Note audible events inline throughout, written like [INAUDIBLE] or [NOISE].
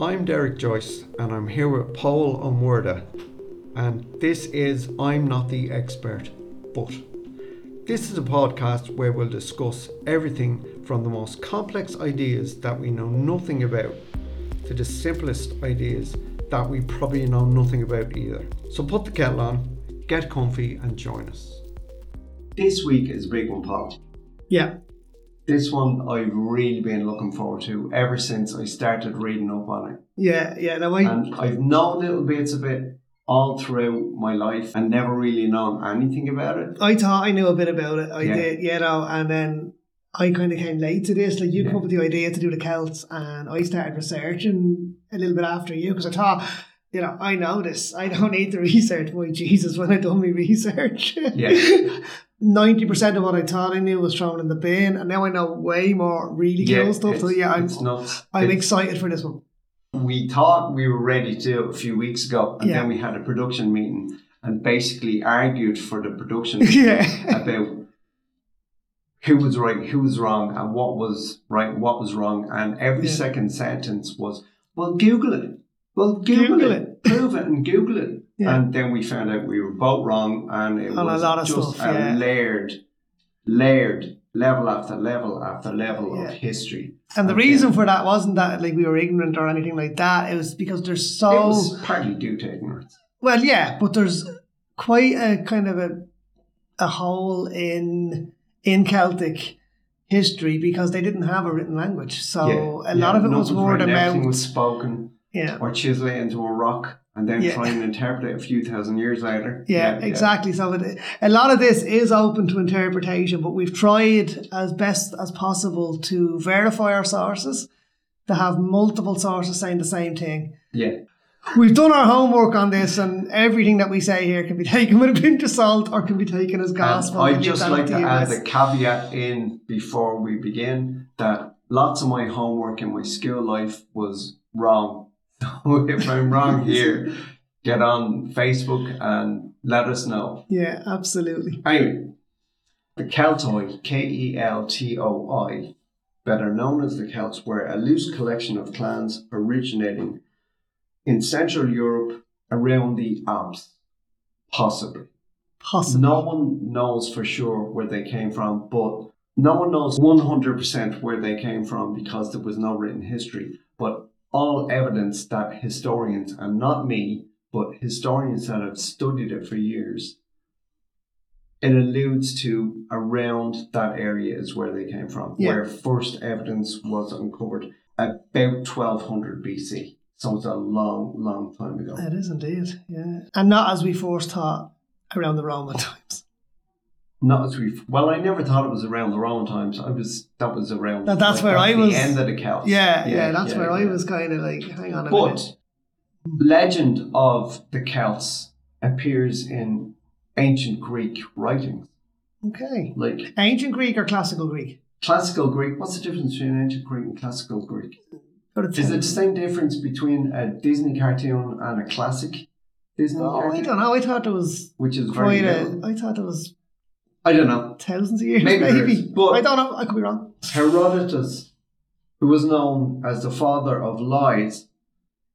I'm Derek Joyce, and I'm here with Paul Omwerda. And this is I'm Not the Expert, but. This is a podcast where we'll discuss everything from the most complex ideas that we know nothing about to the simplest ideas that we probably know nothing about either. So put the kettle on, get comfy, and join us. This week is a big one, Paul. Yeah. This one I've really been looking forward to ever since I started reading up on it. Yeah, yeah. No, I, And I've known little bits of it all through my life and never really known anything about it. I thought I knew a bit about it. I Yeah. did, you know, and then I kind of came late to this. Like you Yeah. come up with the idea to do the Celts, and I started researching a little bit after you because I thought, you know, I know this. I don't need to [LAUGHS] research. Boy, Jesus, when I done my research, Yeah. [LAUGHS] ninety percent of what I thought I knew was thrown in the bin, and now I know way more really cool stuff. So it's- yeah, I'm it's nuts. I'm It's- excited for this one. we thought we were ready to do it a few weeks ago, and Yeah. then we had a production meeting and basically argued for the [LAUGHS] production yeah, about who was right, who was wrong, and what was right, and what was wrong. And every Yeah. second sentence was, well, Google it. Well, Google, Google it. [LAUGHS] Prove it and Google it. Yeah. And then we found out we were both wrong, and it On a was lot of just stuff, a yeah. layered, layered level after level after level Yeah. of history. and the Okay. reason for that wasn't that like we were ignorant or anything like that. It was because there's so. it was partly due to ignorance. Well, yeah, but there's quite a kind of a a hole in in Celtic history because they didn't have a written language. So a lot of it was nothing word of written, everything mouth. was spoken yeah. or chiseled into a rock and then Yeah. try and interpret it a few thousand years later. Yeah, exactly. So it, a lot of this is open to interpretation, but we've tried as best as possible to verify our sources, to have multiple sources saying the same thing. Yeah. We've done our homework on this, and everything that we say here can be [LAUGHS] taken with a pinch of salt or can be taken as And gospel. We I'd leave just that up like to you add guys. a caveat in before we begin that lots of my homework in my school life was wrong. [LAUGHS] So if I'm [LAUGHS] wrong here, get on Facebook and let us know. Yeah, absolutely. Anyway, the Keltoi, K E L T O I, better known as the Celts, were a loose collection of clans originating in Central Europe around the Alps, possibly. Possible. No one knows for sure where they came from, but no one knows 100% where they came from because there was no written history. But all evidence that historians, and not me, but historians that have studied it for years, it alludes to around that area is where they came from, Yeah. where first evidence was uncovered about 1200 BC. So it's a long, long time ago. It is indeed, yeah. And not as we first thought around the Roman [LAUGHS] times. Not as we well, I never thought it was around the Roman times. I was that was around. That- that's where I the was- End of the Celts. Yeah, yeah, that's yeah, where I yeah. was kind of like, hang on a minute. But legend of the Celts appears in ancient Greek writings, Okay. like Ancient Greek or classical Greek? classical Greek. What's the difference between ancient Greek and classical Greek? Or the Is it the same difference between a Disney cartoon and a classic Disney Oh, I cartoon? don't know. I thought there was Which is very. quite a. little. I thought there was I don't know. thousands of years, Maybe [LAUGHS] maybe. there is, but- I don't know. I could be wrong. Herodotus, who was known as the father of lies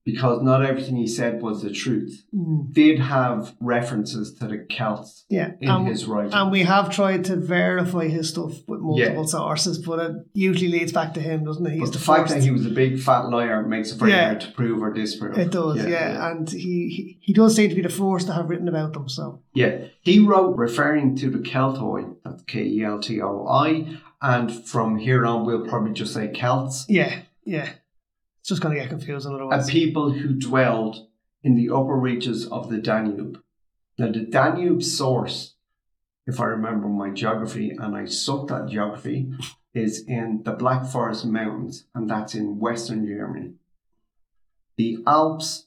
because not everything he said was the truth, Mm. did have references to the Celts Yeah. Um, in and, his writing. and we have tried to verify his stuff with multiple Yeah. sources, but it usually leads back to him, doesn't it? He's but the fact first. that he was a big fat liar makes it very Yeah. hard to prove or disprove. It does, yeah. And he, he, he does seem to be the first to have written about them, so. Yeah, he wrote referring to the Celtoi, that's K E L T O I, and from here on we'll probably just say Celts, Yeah, yeah. It's just going to get confusing a otherwise. people who dwelled in the upper reaches of the Danube. Now, the Danube source, if I remember my geography, and I sucked at geography, is in the Black Forest Mountains, and that's in Western Germany. The Alps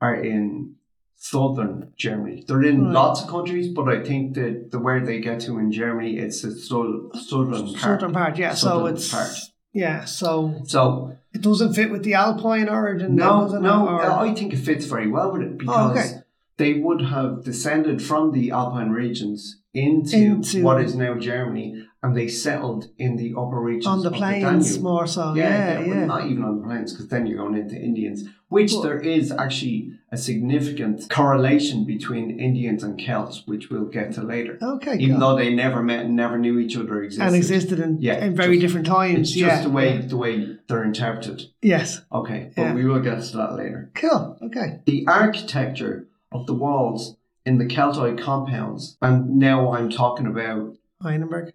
are in southern Germany. They're in Right. lots of countries, but I think that the where they get to in Germany, it's the sou- southern part. Southern part, yeah. so Southern it's part. yeah. So So it doesn't fit with the Alpine origin. then, No, does it? no, oh, Or- Oh, I think it fits very well with it because okay. they would have descended from the Alpine regions into, Into- what is now Germany and they settled in the upper regions on the of plains Danube. more so. Yeah, Yeah, yeah, but yeah. not even on the plains because then you're going into Indians, which Well- there is actually a significant correlation between Indians and Celts, which we'll get to later. Okay, even Oh God. though they never met and never knew each other existed. and existed in, Yeah, in very just- different times. It's yeah. just the way the way they're interpreted. Yes. Okay, but Yeah. we will get to that later. Cool. Okay. The architecture of the walls in the Celtoid compounds, and now I'm talking about Heineberg.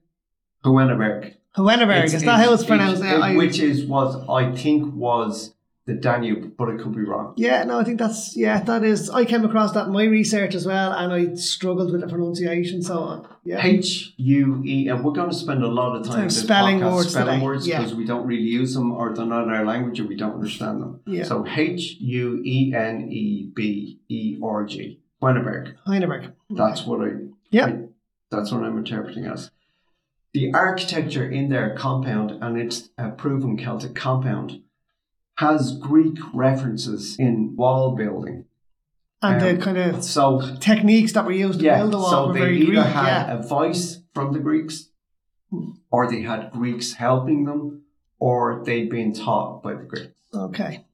Hohenberg. Hueneberg. Is that how it's pronounced? it's- now? it- I- which is was I think was the Danube, but it could be wrong. Yeah, no, I think that's yeah, that is. I came across that in my research as well, and I struggled with the pronunciation. So uh, yeah, H U E, and we're going to spend a lot of time in this Spelling podcast words spelling today, words yeah. because we don't really use them, or they're not in our language, or we don't understand them. Yeah. So H U E N E B E R G, Weinberg. Heineberg. That's what I Yeah, That's what I'm interpreting as. The architecture in their compound, and it's a proven Celtic compound, has Greek references in wall building. and Um, the kind of So, techniques that were used to yeah, build the wall so were they very either Greek. had Yeah, a voice from the Greeks, or they had Greeks helping them, or they'd been taught by the Greeks. okay.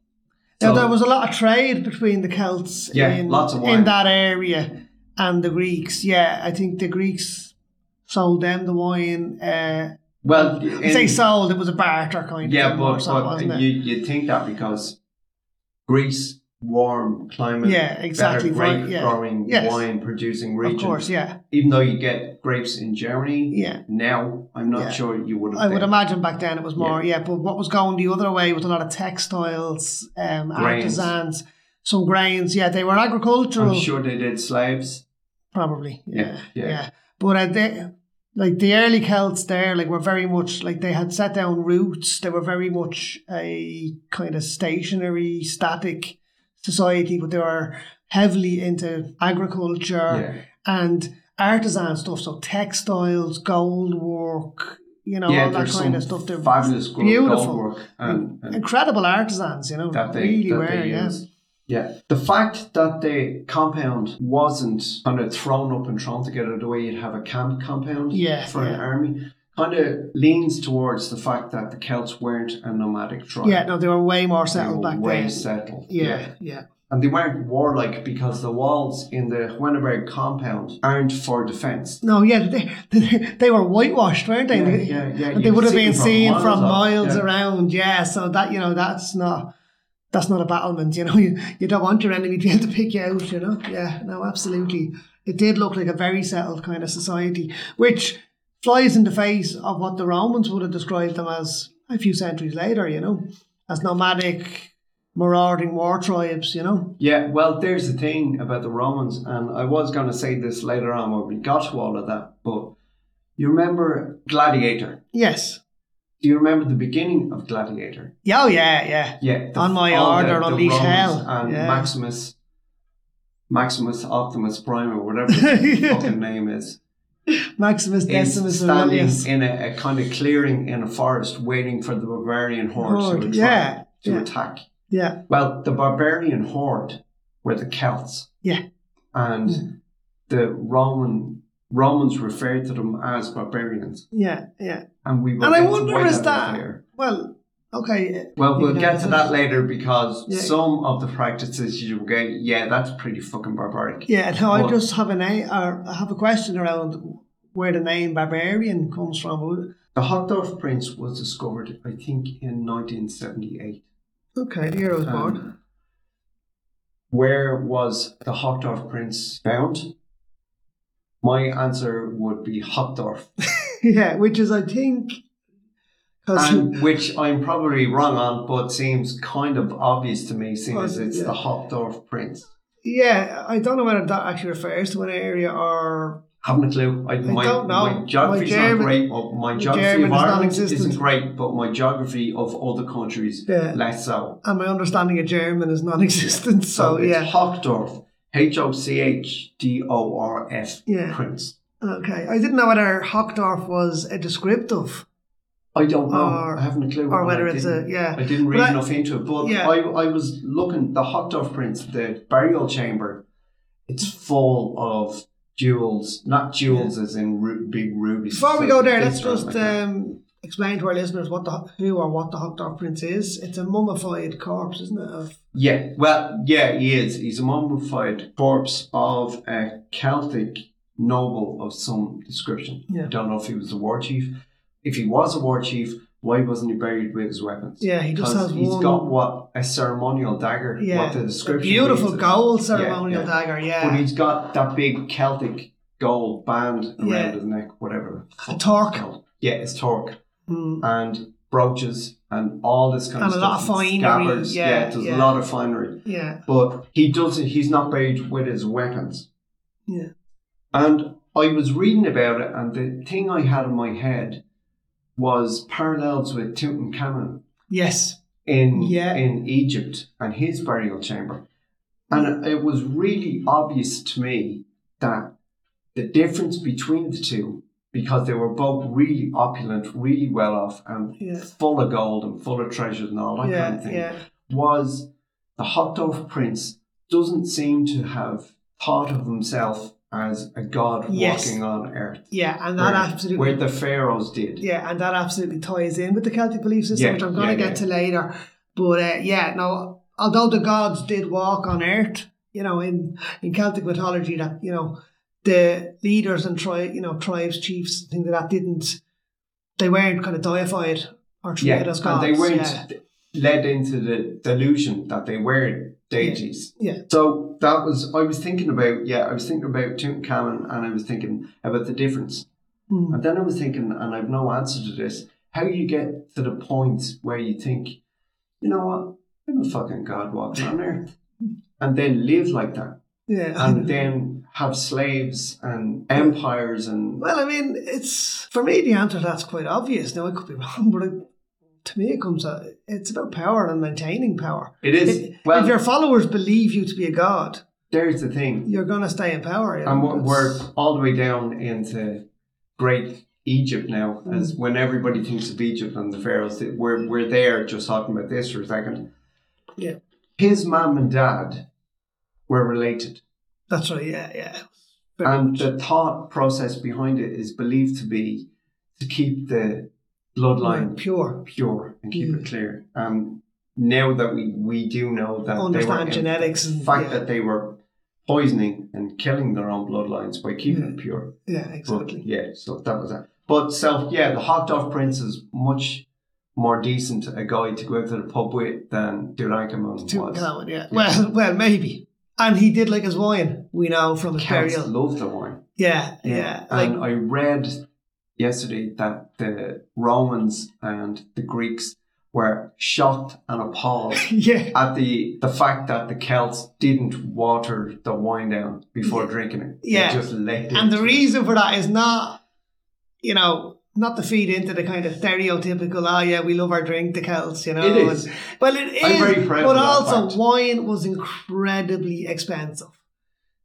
So- now there was a lot of trade between the Celts. Yeah, in, lots of wine. in that area, and the Greeks. Yeah, I think the Greeks sold them the wine. Uh, Well, I say sold. It was a barter kind of. yeah, thing more but, so, but wasn't it? you, you'd think that because Greece, warm climate, Yeah, exactly, better grape right, yeah. growing, Yes. wine producing of region. course, yeah, even though you get grapes in Germany yeah. now, I'm not Yeah. sure you would have. I would been. imagine back then it was more, yeah. But what was going the other way was a lot of textiles, um, Grains. artisans, some grains. Yeah, they were agricultural, I'm sure they did slaves. probably. Yeah, Yeah, yeah. yeah. But uh, they, like the early Celts, there, like were very much like they had set down roots. They were very much a kind of stationary, static society, but they were heavily into agriculture Yeah, and artisan stuff, so textiles, gold work, you know, yeah. all that There's kind some of stuff. They're fabulous gold- beautiful. Mm. gold work and, and incredible artisans, you know, that they really that were, they yeah. used. Yeah, the fact that the compound wasn't kind of thrown up and thrown together the way you'd have a camp compound Yeah, for an yeah. army kind of leans towards the fact that the Celts weren't a nomadic tribe. Yeah, no, they were way more they settled were back way then. settled. Yeah, yeah, And they weren't warlike because the walls in the Hueneberg compound aren't for defence. No, yeah, they, they, they were whitewashed, weren't they? Yeah, They- yeah, yeah, but you They could would have see been them from seen miles from off, miles yeah. around, yeah. So that you know, that's not that's not a battlement, you know. [LAUGHS] You, you don't want your enemy to be able to pick you out, you know. Yeah, no, absolutely. It did look like a very settled kind of society, which flies in the face of what the Romans would have described them as a few centuries later, you know, as nomadic, marauding war tribes, you know. Yeah, well, there's the thing about the Romans, and I was going to say this later on when we got to all of that, but you remember Gladiator? Yes. Do you remember the beginning of Gladiator? Yeah, Oh, yeah, yeah. [LAUGHS] Yeah. the- On my all order, unleash Romans hell. And Yeah. Maximus, Maximus Optimus Prime, or [LAUGHS] whatever his fucking name is. Maximus is Decimus standing Aurelius. in a, a kind of clearing in a forest, waiting for the barbarian horde Horde, to, attack, yeah, to yeah. attack. Yeah, Well, the barbarian horde were the Celts, yeah. and the Roman Romans referred to them as barbarians, Yeah, yeah. and we. will And I get to wonder why is is that- there. Well, okay. uh, Well, You we'll can get have to it. that later because Yeah. some of the practices you get, yeah, that's pretty fucking barbaric. Yeah, no, Well- I just have a name, or I have a question around where the name barbarian comes from. The Hotdorf prints was discovered, I think, in 1978. Oh, Okay, the year I was born. Um, where was the Hotdorf prince found? My answer would be [LAUGHS] Hotdorf, [LAUGHS] yeah, which is, I think, because and, which I'm probably wrong on, but seems kind of obvious to me, seeing as it's the Hotdorf prince. yeah, I don't know whether that actually refers to an area or Haven't a clue. I, my, don't know. my geography's My not German- great. Well, my geography German of is Ireland non-existent. isn't great, but my geography of other countries Yeah. less so. and my understanding of German is non-existent. [LAUGHS] So, it's yeah, Hotdorf, H O C H D O R F, Yeah. prince. okay. I didn't know whether Hockdorf was a descriptive. I don't know. Or- I haven't a clue. or and whether I it's a- didn't- yeah. I didn't read But I- enough into it, but Yeah. I, I was looking the hot dove prints, the burial chamber. It's full of jewels, not jewels as in ru- big rubies. Before we so go there, big let's stone just like that. um, explain to our listeners what the who or what the Hochdorf Prince is. It's a mummified corpse, isn't it? Of Yeah, well, yeah, he is. He's a mummified corpse of a Celtic noble of some description. Yeah. I don't know if he was a war chief. If he was a war chief, why wasn't he buried with his weapons? yeah, he just has Because he's one. got what a ceremonial dagger. yeah, what the description a beautiful reads. gold Yeah, ceremonial yeah. dagger. But Yeah, he's got that big Celtic gold band around Yeah. his neck, whatever. the a fuck torque it's called. Yeah, it's torque mm, and brooches and all this kind And of stuff. a lot of and finery, Scabbards. yeah, there's yeah. a lot of finery. yeah, But he doesn't. He's not buried with his weapons. yeah. And I was reading about it, and the thing I had in my head was parallels with Tutankhamun Yes, in Yeah. in Egypt and his burial chamber. And it was really obvious to me that the difference between the two, because they were both really opulent, really well off, and Yeah. full of gold and full of treasures and all that yeah, kind of thing, yeah. was the hot dog prince doesn't seem to have thought of himself as a god Yes. walking on earth. Yeah, and that where- absolutely where the pharaohs did. yeah, and that absolutely ties in with the Celtic belief system, Yeah, which I'm going yeah, to get yeah. to later. But uh, yeah, now although the gods did walk on earth, you know, in in Celtic mythology, that you know the leaders and tri- you know tribes, chiefs, things like that didn't they weren't kind of deified or treated as gods. And they weren't yeah. led into the delusion that they were deities. Yeah, yeah. So that was I was thinking about yeah, I was thinking about Tutankhamun and I was thinking about the difference. Mm. And then I was thinking, and I've no answer to this, how you get to the point where you think, you know what, I'm a fucking god walking on [LAUGHS] earth. And then live like that. yeah. And then have slaves and empires and [LAUGHS] Well, I mean, it's for me the answer to that's quite obvious. Now I could be [LAUGHS] wrong, but it, to me it comes out it's about power and maintaining power. it is If- well if your followers believe you to be a god, there's the thing. you're going to stay in power. You know? And we're, we're It's- all the way down into Great Egypt now, as Hmm. when everybody thinks of Egypt and the pharaohs, that we're, we're there just talking about this for a second. Yeah. His mum and dad were related. that's right. Yeah, yeah. Very And much. the thought process behind it is believed to be to keep the bloodline pure. pure and keep Hmm. it clear. Um, now that we, we do know that uh, they Understand were genetics and- the fact yeah. that they were poisoning and killing their own bloodlines by keeping Hmm. it pure. Yeah, But, exactly. yeah, so that was that. But self, yeah, the hot dog prince is much more decent a guy to go out to the pub with than Durankamon Two was. Calvin, yeah. Well, [LAUGHS] well, maybe. And he did like his wine. We know from his Cats burial. love the wine. Yeah, yeah. Like, [LAUGHS] and I read yesterday that the Romans and the Greeks were shocked and [LAUGHS] appalled yeah, at the the fact that the Celts didn't water the wine down before drinking it. They Yeah. just let it. and the reason for that is not, you know, not to feed into the kind of stereotypical. Oh yeah, we love our drink, the Celts. You know, It is. and- Well, it is, I'm very proud but of that also fact. wine was incredibly expensive.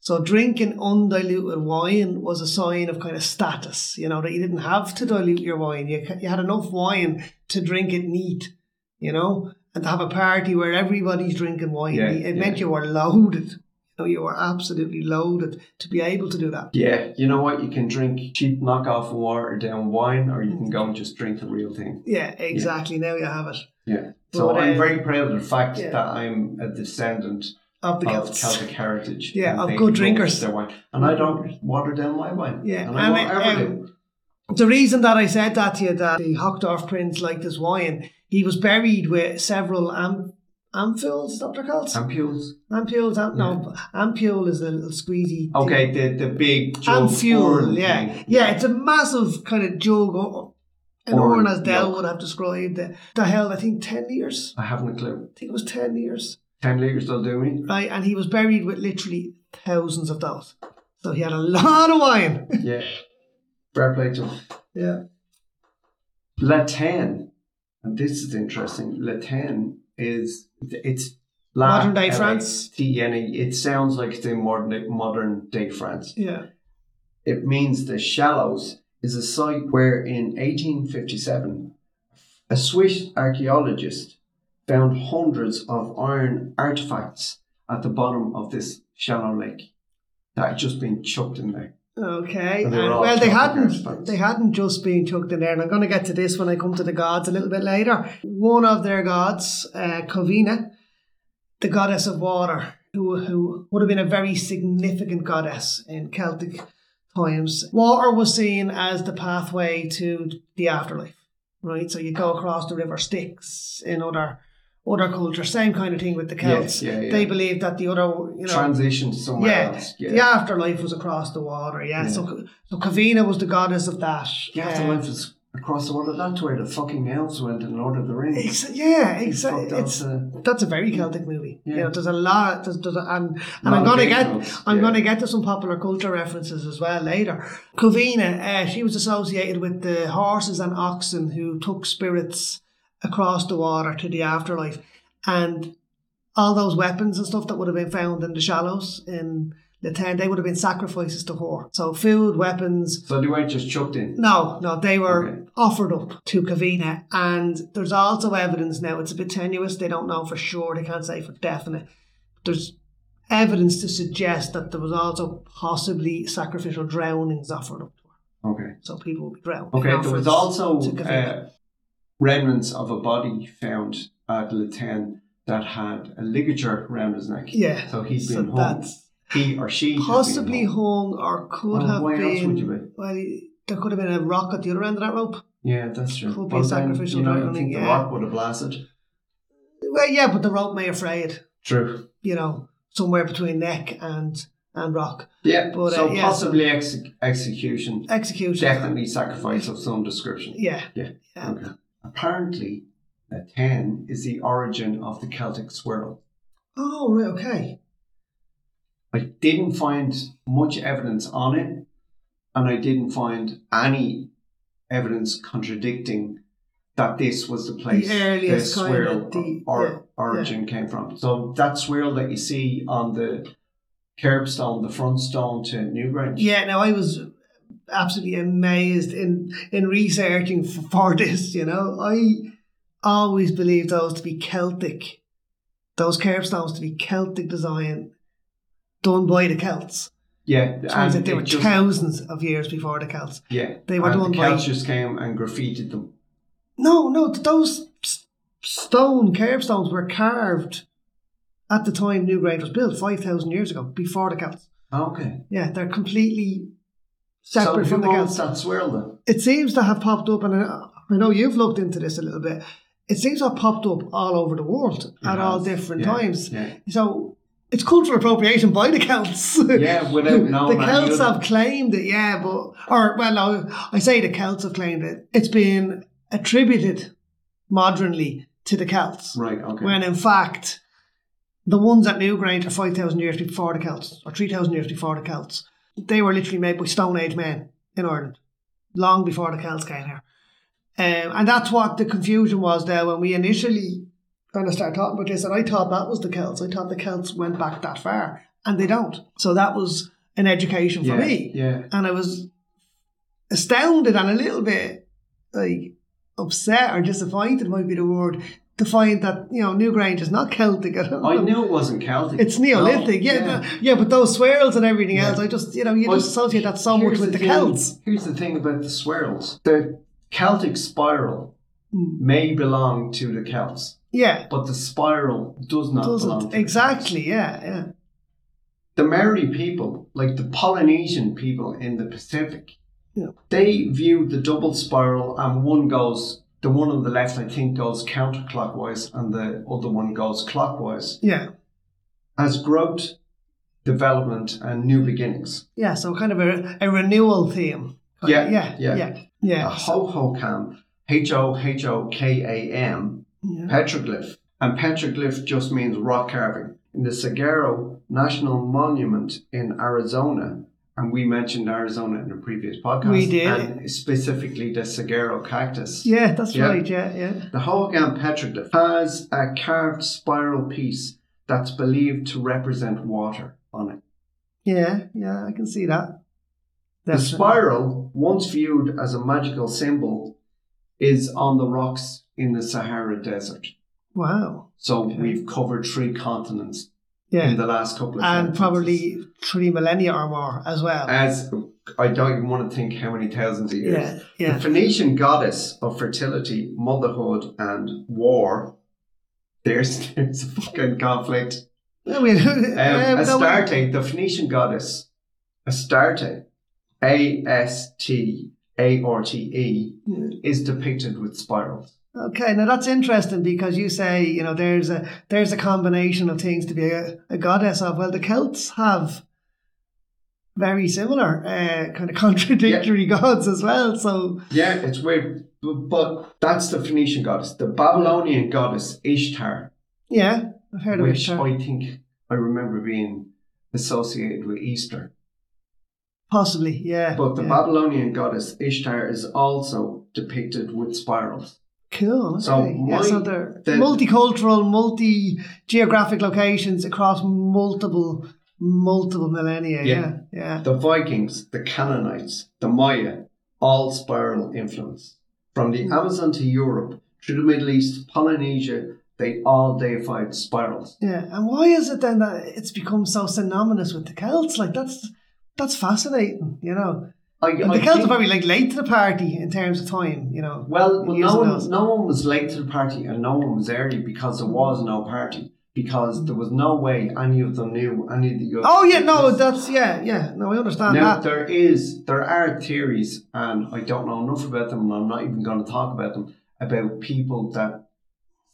So drinking undiluted wine was a sign of kind of status, you know, that you didn't have to dilute your wine. You, ca- you had enough wine to drink it neat, you know, and to have a party where everybody's drinking wine. Yeah, it yeah. meant you were loaded. You know, you were absolutely loaded to be able to do that. Yeah, you know what? You can drink cheap knockoff water down wine, or you can go and just drink the real thing. Yeah, exactly. Now you have it. Yeah. So But, I'm um, very proud of the fact yeah. that I'm a descendant Of the of Celts. Celtic heritage. Yeah, and of they good love drinkers. Their wine. And I don't water down my wine. Yeah, And I and won't I- ever um, do. The reason that I said that to you, that the Hochdorf prince liked his wine, he was buried with several am- ampules, is that what they're called? Ampules. ampules, am- no, ampule is a little squeezy. thing. Okay, the, the big jug And fuel, urn yeah. thing. Yeah, it's a massive kind of jug, or- an Urn, urn as Dell yeah. would have described it. That held, I think, 10 years. I haven't a clue. I think it was 10 years. 10 litres will do me. Right, and he was buried with literally thousands of those. So he had a lot of wine. Yeah. Fair play to them. yeah. Latin, and this is interesting. Latin is it's Modern day France? T-N-E. E. It sounds like it's in modern day, modern day France. Yeah. It means the shallows is a site where, in 1857, a Swiss archaeologist found hundreds of iron artifacts at the bottom of this shallow lake that had just been chucked in there. Okay. And they were and- all well, they Celtic hadn't. experts. They hadn't just been chucked in there, and I'm going to get to this when I come to the gods a little bit later. One of their gods, uh, Covina, the goddess of water, who who would have been a very significant goddess in Celtic times. Water was seen as the pathway to the afterlife, right? So you go across the river Styx in other other cultures, same kind of thing with the Celts. yeah, yeah. They believed that the other, you know, Transition to somewhere yeah, else. the afterlife was across the water. Yeah, so so Kavina was the goddess of that. The Uh, afterlife is across the water. That's where the fucking elves went in Lord of the [LAUGHS] Rings. ex- yeah, He's exactly. fucked off It's the- that's a very Celtic movie. Yeah. You know, there's a lot. There's, there's a, and and Lot I'm of gonna big get notes, I'm yeah. gonna get to some popular culture references as well later. Covina, uh, she was associated with the horses and oxen who took spirits across the water to the afterlife, and all those weapons and stuff that would have been found in the shallows in the town, they would have been sacrifices to her. So food, weapons, So they weren't just chucked in. no, no, they were Okay. offered up to Covina, and there's also evidence now. It's a bit tenuous; they don't know for sure. They can't say for definite. There's evidence to suggest that there was also possibly sacrificial drownings offered up to her, Okay. so people would be drowned. in Okay, there offerings was also to Covina. uh, remnants of a body found at Latin that had a ligature around his neck. yeah, So he'd so been hung. that's He or she had been possibly hung. hung or could Well, have why been. else would you be? Well, there could have been a rock at the other end of that rope. Yeah, that's true. Could be Well, then, sacrificial you know, drowning, I think yeah. the rock would have blasted. Well, yeah, but the rope may have frayed. True. You know, somewhere between neck and and rock. Yeah. But, uh, so yeah, possibly exec- execution, execution. definitely sacrifice of some description. Yeah. Yeah. Yeah. Okay. Apparently, a ten is the origin of the Celtic swirl. Oh, right. Okay. I didn't find much evidence on it, and I didn't find any evidence contradicting that this was the place The earliest kind swirl of the- or, yeah, origin came from. So that swirl that you see on the curbstone, the front stone to Newgrange. Yeah. Now I was absolutely amazed in in researching for, for this. You know, I always believed those to be Celtic, those curbstones to be Celtic design done by the Celts. Yeah, Which means that and they it were just- thousands of years before the Celts. Yeah, they were and done the by- Celts just came and graffitied them. No, no, th- those s- stone curbstones were carved at the time Newgrange was built, five thousand years ago, before the Celts. Okay, Yeah, they're completely separate so from the who owns Celts. that swirl then? It seems to have popped up, and I I know you've looked into this a little bit. It seems to have popped up all over the world It at all has, different yeah, times. [LAUGHS] yeah. So it's cultural appropriation by the Celts. [LAUGHS] Yeah, without knowing the any Celts other- have claimed it, yeah, but or well, no, I say the Celts have claimed it. It's been attributed modernly to the Celts, Right. Okay. when in fact the ones at Newgrange are five thousand years before the Celts or three thousand years before the Celts. They were literally made by Stone Age men in Ireland, long before the Celts came here. Um, and that's what the confusion was there when we initially kind of started talking about this. And I thought that was the Celts. I thought the Celts went back that far, and they don't. So that was an education for yeah, me. Yeah. And I was astounded and a little bit like upset or disappointed, might be the word, to find that, you know, Newgrange is not Celtic at all. I knew it wasn't Celtic. It's Neolithic, No, yeah, no- yeah. but those swirls and everything Yeah. else, I just, you know, you But just associate that so here's much with the, thing- Celts. Here's the thing about the swirls. The Celtic spiral Hmm. may belong to the Celts, Yeah, but the spiral does not belong doesn't to the exactly. Yeah, yeah, the Maori people, like the Polynesian people in the Pacific, Yeah. they view the double spiral and one goes, the one on the left, I think, goes counterclockwise and the other one goes clockwise yeah, as growth, development, and new beginnings. yeah. So kind of a, a renewal theme. Yeah, yeah, yeah. yeah, A yeah. hohokam, H O H O K A M, yeah. petroglyph. And petroglyph just means rock carving. In the Sagaro National Monument in Arizona, and we mentioned Arizona in a previous podcast. We did. And specifically the Sagaro cactus. Yeah, that's Yeah. right. Yeah, yeah. The Hohokam petroglyph has a carved spiral piece that's believed to represent water on it. Yeah, yeah, I can see that. The That's- spiral, once viewed as a magical symbol, is on the rocks in the Sahara Desert. Wow. So Okay. we've covered three continents Yeah. in the last couple of And sentences. Uh, probably three millennia or more as well. as I don't even want to think how many thousands of years. Yeah, yeah. The Phoenician goddess of fertility, motherhood, and war. There's [LAUGHS] there's a fucking conflict. [LAUGHS] I mean, Um, yeah, but no, we- Astarte, the Phoenician goddess, Astarte, A S T A R T E, is depicted with [SIGHS] spirals. Okay, now that's interesting because you say you know there's a there's a combination of things to be a, a goddess of. Well, the Celts have very similar uh, kind of [LAUGHS] contradictory gods as well. So Yeah, it's weird, b- but that's the Phoenician goddess. The Babylonian goddess Ishtar, yeah, I've heard of which it. I think I remember being associated with Easter. Possibly, yeah. But the yeah. Babylonian goddess Ishtar is also depicted with spirals. Cool. So okay. yeah, so my- they're the- multicultural, multi geographic locations across multiple multiple millennia. Yeah, Yeah. yeah. The Vikings, the Canaanites, the Maya, all spiral influence. From the Hmm. Amazon to Europe, through the Middle East, Polynesia, they all deified spirals. Yeah, and why is it then that it's become so synonymous with the Celts? Like that's that's fascinating, you know. I, And I the Celts are think- probably like late to the party in terms of time, you know. well, in well using no, those. one, no one was late to the party and no one was early because there was no party. Because there was no way any of them knew any of the other. Oh yeah, no, that's yeah, yeah. No, I understand Now that. there is there are theories, and I don't know enough about them, and I'm not even going to talk about them about people that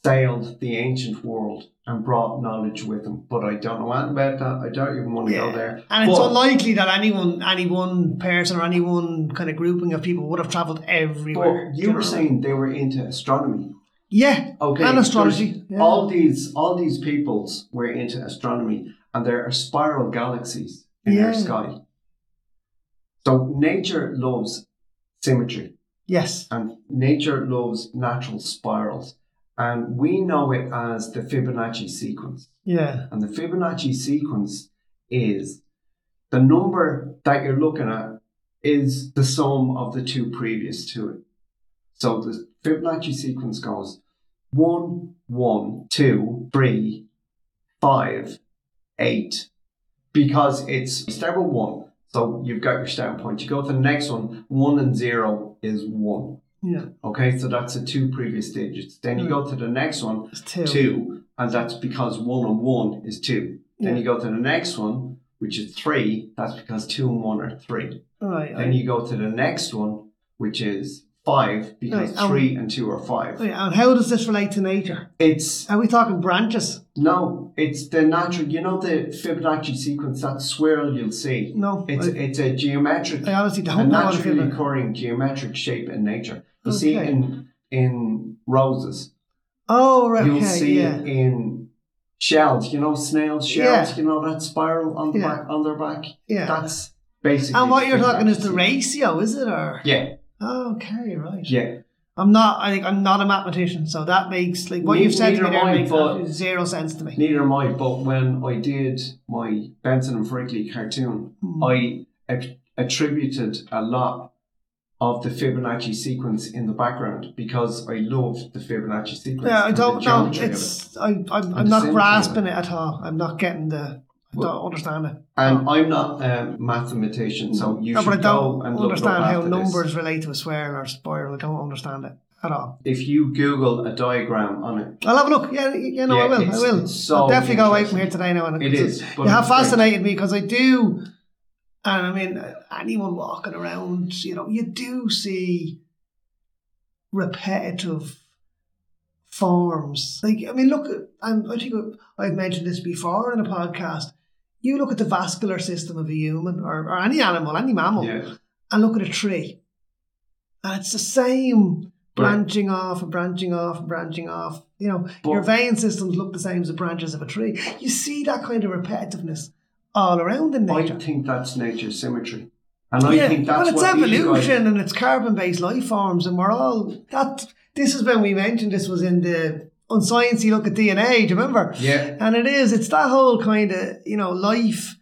sailed the ancient world and brought knowledge with them. But I don't know anything about that. I don't even want to Yeah. go there. And it's But unlikely that anyone, any one person or any one kind of grouping of people would have travelled everywhere. but do you were know? saying they were into astronomy. yeah, Okay, and astrology. there's- Yeah. All these all these peoples were into astronomy, and there are spiral galaxies in Yeah. our sky. So nature loves symmetry. yes, and nature loves natural spirals. And we know it as the Fibonacci sequence. yeah, And the Fibonacci sequence is the number that you're looking at is the sum of the two previous to it. So the Fibonacci sequence goes 1, 1, 2, 3, 5, 8. Because it's you start with 1. So you've got your starting point. You go to the next one, 1 and 0 is 1. yeah. Okay, so that's the two previous digits. Then you go to the next one, It's two. two, and that's because one and one is two. Then Yeah. you go to the next one, which is three, that's because two and one are three. Right. Then you go to the next one, which is five, because Right, um, three and two are five. Yeah, and how does this relate to nature? It's Are we talking branches? no, it's the natural you know the Fibonacci sequence, that swirl you'll see. No, It's I- it's a geometric I honestly a don't know. how to feel naturally about it. occurring geometric shape in nature. You see Okay. in in roses. Oh, right. You'll okay, see yeah. it in shells, you know, snail shells, Yeah. you know, that spiral on the Yeah. back on their back. Yeah. That's basically and what you're talking is the Fibonacci. ratio, is it? Or Yeah, okay, right. yeah. I'm not. I think I'm not a mathematician, so that makes like what Ne- you've said to me neither there am I, makes but- absolutely zero sense to me. Neither am I, but when I did my Benson and Frickley cartoon, Hmm. I at- attributed a lot of the Fibonacci sequence in the background because I loved the Fibonacci sequence. yeah, I and the don't know. geometry of it. It's I, I'm, I'm the not symmetry grasping of it at all. I'm not getting the. I Well- don't understand it. And I'm not a mathematician, so you Oh. No, should but go I don't and look it up understand how after this. numbers relate to a swirl or spiral. I don't understand it at all. if you Google a diagram on it, I'll have a look. Yeah, you know, I Yeah, will. I it's- will. it's so I'll definitely go away from interesting. here today now. And It is, You but have it's great. fascinated me because I do, and I mean, anyone walking around, you know, you do see repetitive forms. Like, I mean, look, and I think I've mentioned this before in a podcast. You look at the vascular system of a human or, or any animal, any mammal, yeah, and look at a tree. And it's the same But- branching off and branching off and branching off. You know, But- your vein systems look the same as the branches of a tree. You see that kind of repetitiveness all around in I nature. think that's nature's symmetry, and I Yeah, think that's well, it's what these guys- evolution and it's carbon-based life forms, and we're all that. This is when we mentioned this was in the unsciency look at DNA. Do you remember? Yeah. and it is. It's that whole kind of you know life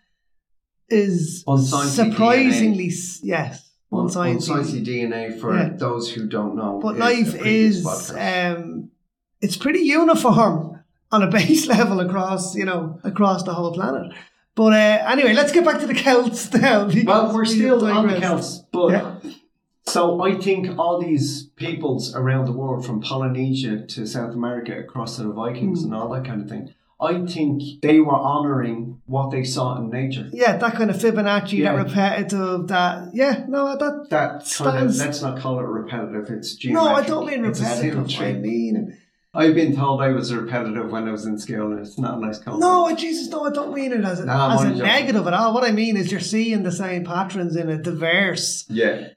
is Unsciency surprisingly s- yes on unsciency. unsciency DNA for Yeah. those who don't know. But is life a previous is podcast. um, [LAUGHS] it's pretty uniform on a base level across you know across the whole planet. But uh, anyway, let's get back to the Celts [LAUGHS] now. Well, because we're we still on the digressed. Celts, but Yeah. so I think all these peoples around the world, from Polynesia to South America, across to the Vikings Hmm. and all that kind of thing, I think they were honouring what they saw in nature. Yeah, that kind of Fibonacci, Yeah. that repetitive, that yeah, no, that That kind of, Stands- let's not call it repetitive. It's no, geometric. I don't mean It's a repetitive. I symmetry. mean I've been told I was repetitive when I was in school, and it's not a nice compliment. no, Jesus, no, I don't mean it as a, No, I'm as a only joking. negative at all. What I mean is you're seeing the same patterns in a diverse Yeah.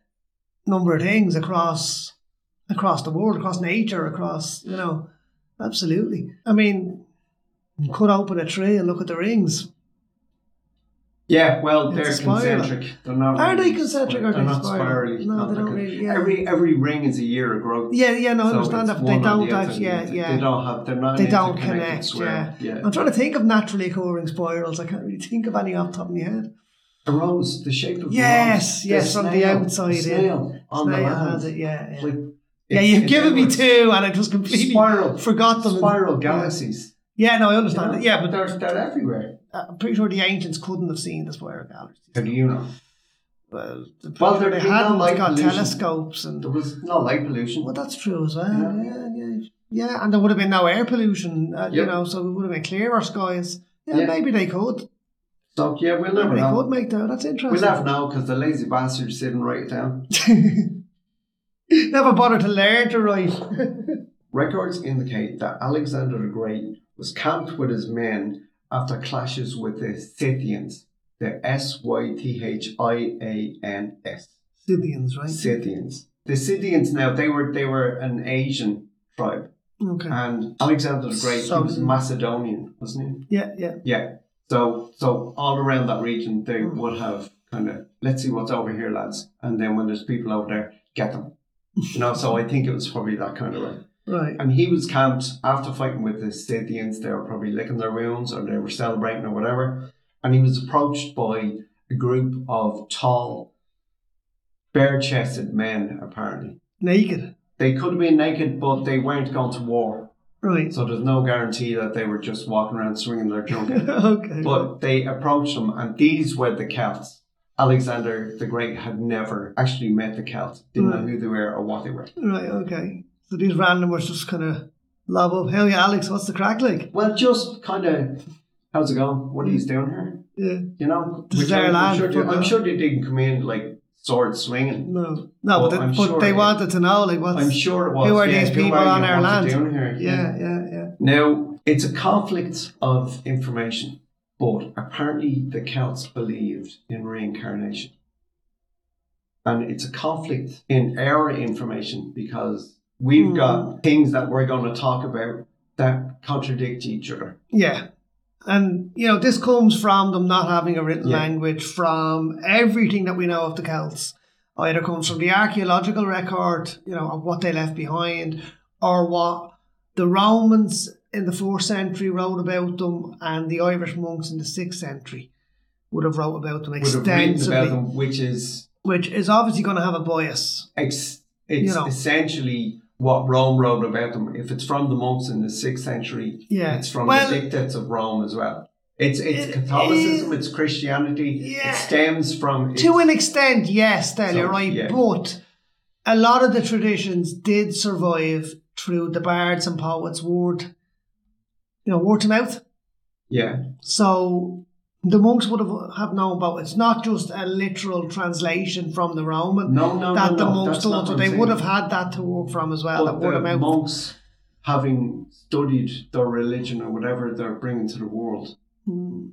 number of things across across the world, across nature, across you know, absolutely. I mean, you cut open a tree and look at the rings. Yeah, well, It's they're a spiral. concentric. They're not Are they really concentric or are They're they not spiral? spirally. No, they don't complicated. really- yeah. Every every ring is a year of growth. Yeah, yeah, no, I So understand it's that, but they one on the don't other actually, yeah, and yeah. They don't have. They're not. they an don't interconnected connect. square. yeah. yeah. I'm trying to think of naturally occurring spirals. I can't really think of any off the top of my head. A rose, the shape of a Yes, rose. yes, The from the snail, outside, yeah. The snail on Snail the land. has it, yeah, yeah. Like, yeah, it's- you've it's given me inwards. two, and I just completely Spiral. forgot them. Spiral Yeah. galaxies. Yeah, no, I understand. it. Yeah, but they're they're everywhere. uh, I'm pretty sure the ancients couldn't have seen the spiral galaxy. How do you know? Well, the Well, they there'd be no hadn't light got pollution. telescopes and. There was no light pollution. Well, that's true as well. Yeah. Yeah, yeah, yeah. and there would have been no air pollution, uh, you Yep. know, so it would have been clearer skies. Yeah, Yeah. maybe they could. So yeah, we'll never Maybe they know. could make that. That's interesting. We'll never know because the lazy bastards didn't write it down. [LAUGHS] Never bothered to learn to write. Records indicate that Alexander the Great was camped with his men after clashes with the Scythians, the S Y T H I A N S. Scythians, right? Scythians. The Scythians now they were they were an Asian tribe, Okay. and Alexander the Great he was Some- Macedonian, wasn't yeah, yeah. he? Yeah. So so all around that region they would have kind of let's see what's over here, lads, and then when there's people over there, get them. You know, so I think it was probably that kind of way. Right. And he was camped after fighting with the Scythians. They were probably licking their wounds or they were celebrating or whatever. And he was approached by a group of tall, bare chested men, apparently. Naked. They could have been naked, but they weren't going to war. Right. [LAUGHS] So there's no guarantee that they were just walking around swinging their junk. okay. but they approached him, and these were the Celts. Alexander the Great had never actually met the Celts, didn't know Right. who they were or what they were. right, okay. So these randomers just kind of lob up. Hell yeah, Alex, what's the crack like? Well, just kind of, how's it going? What are you doing here? Yeah. You know, This is Which I'm- our I'm, land, sure they, you know? I'm sure they didn't come in like sword swinging. No. No, Well, but, I'm they, but sure they it- wanted to know, like, what's. I'm sure it was. Who are yeah, these who people are you? on our What you land? doing here? Yeah, yeah, yeah. Now it's a conflict of information, but apparently the Celts believed in reincarnation, and it's a conflict in our information because we've Hmm. got things that we're going to talk about that contradict each other. Yeah. And, you know, this comes from them not having a written Yeah. language, from everything that we know of the Celts. Either comes from the archaeological record, you know, of what they left behind, or what the Romans in the fourth century wrote about them, and the Irish monks in the sixth century would have wrote about them Would have written about extensively, them, which is which is obviously going to have a bias. ex- it's You know. essentially what Rome wrote about them. If it's from the monks in the sixth century, Yeah. it's from Well- the dictates of Rome as well. It's it's It Catholicism, is- it's Christianity. Yeah. It stems from to it's- an extent, yes, Dale, So, you're right. yeah. But a lot of the traditions did survive through the bards and poets' word, you know, word to mouth. yeah So the monks would have, have known about it. It's not just a literal translation from the Roman no no that no, the no, monks that's not done, so what they I'm would have saying. had that to work from as well. But that word of the mouth. monks having studied their religion or whatever they're bringing to the world Mm.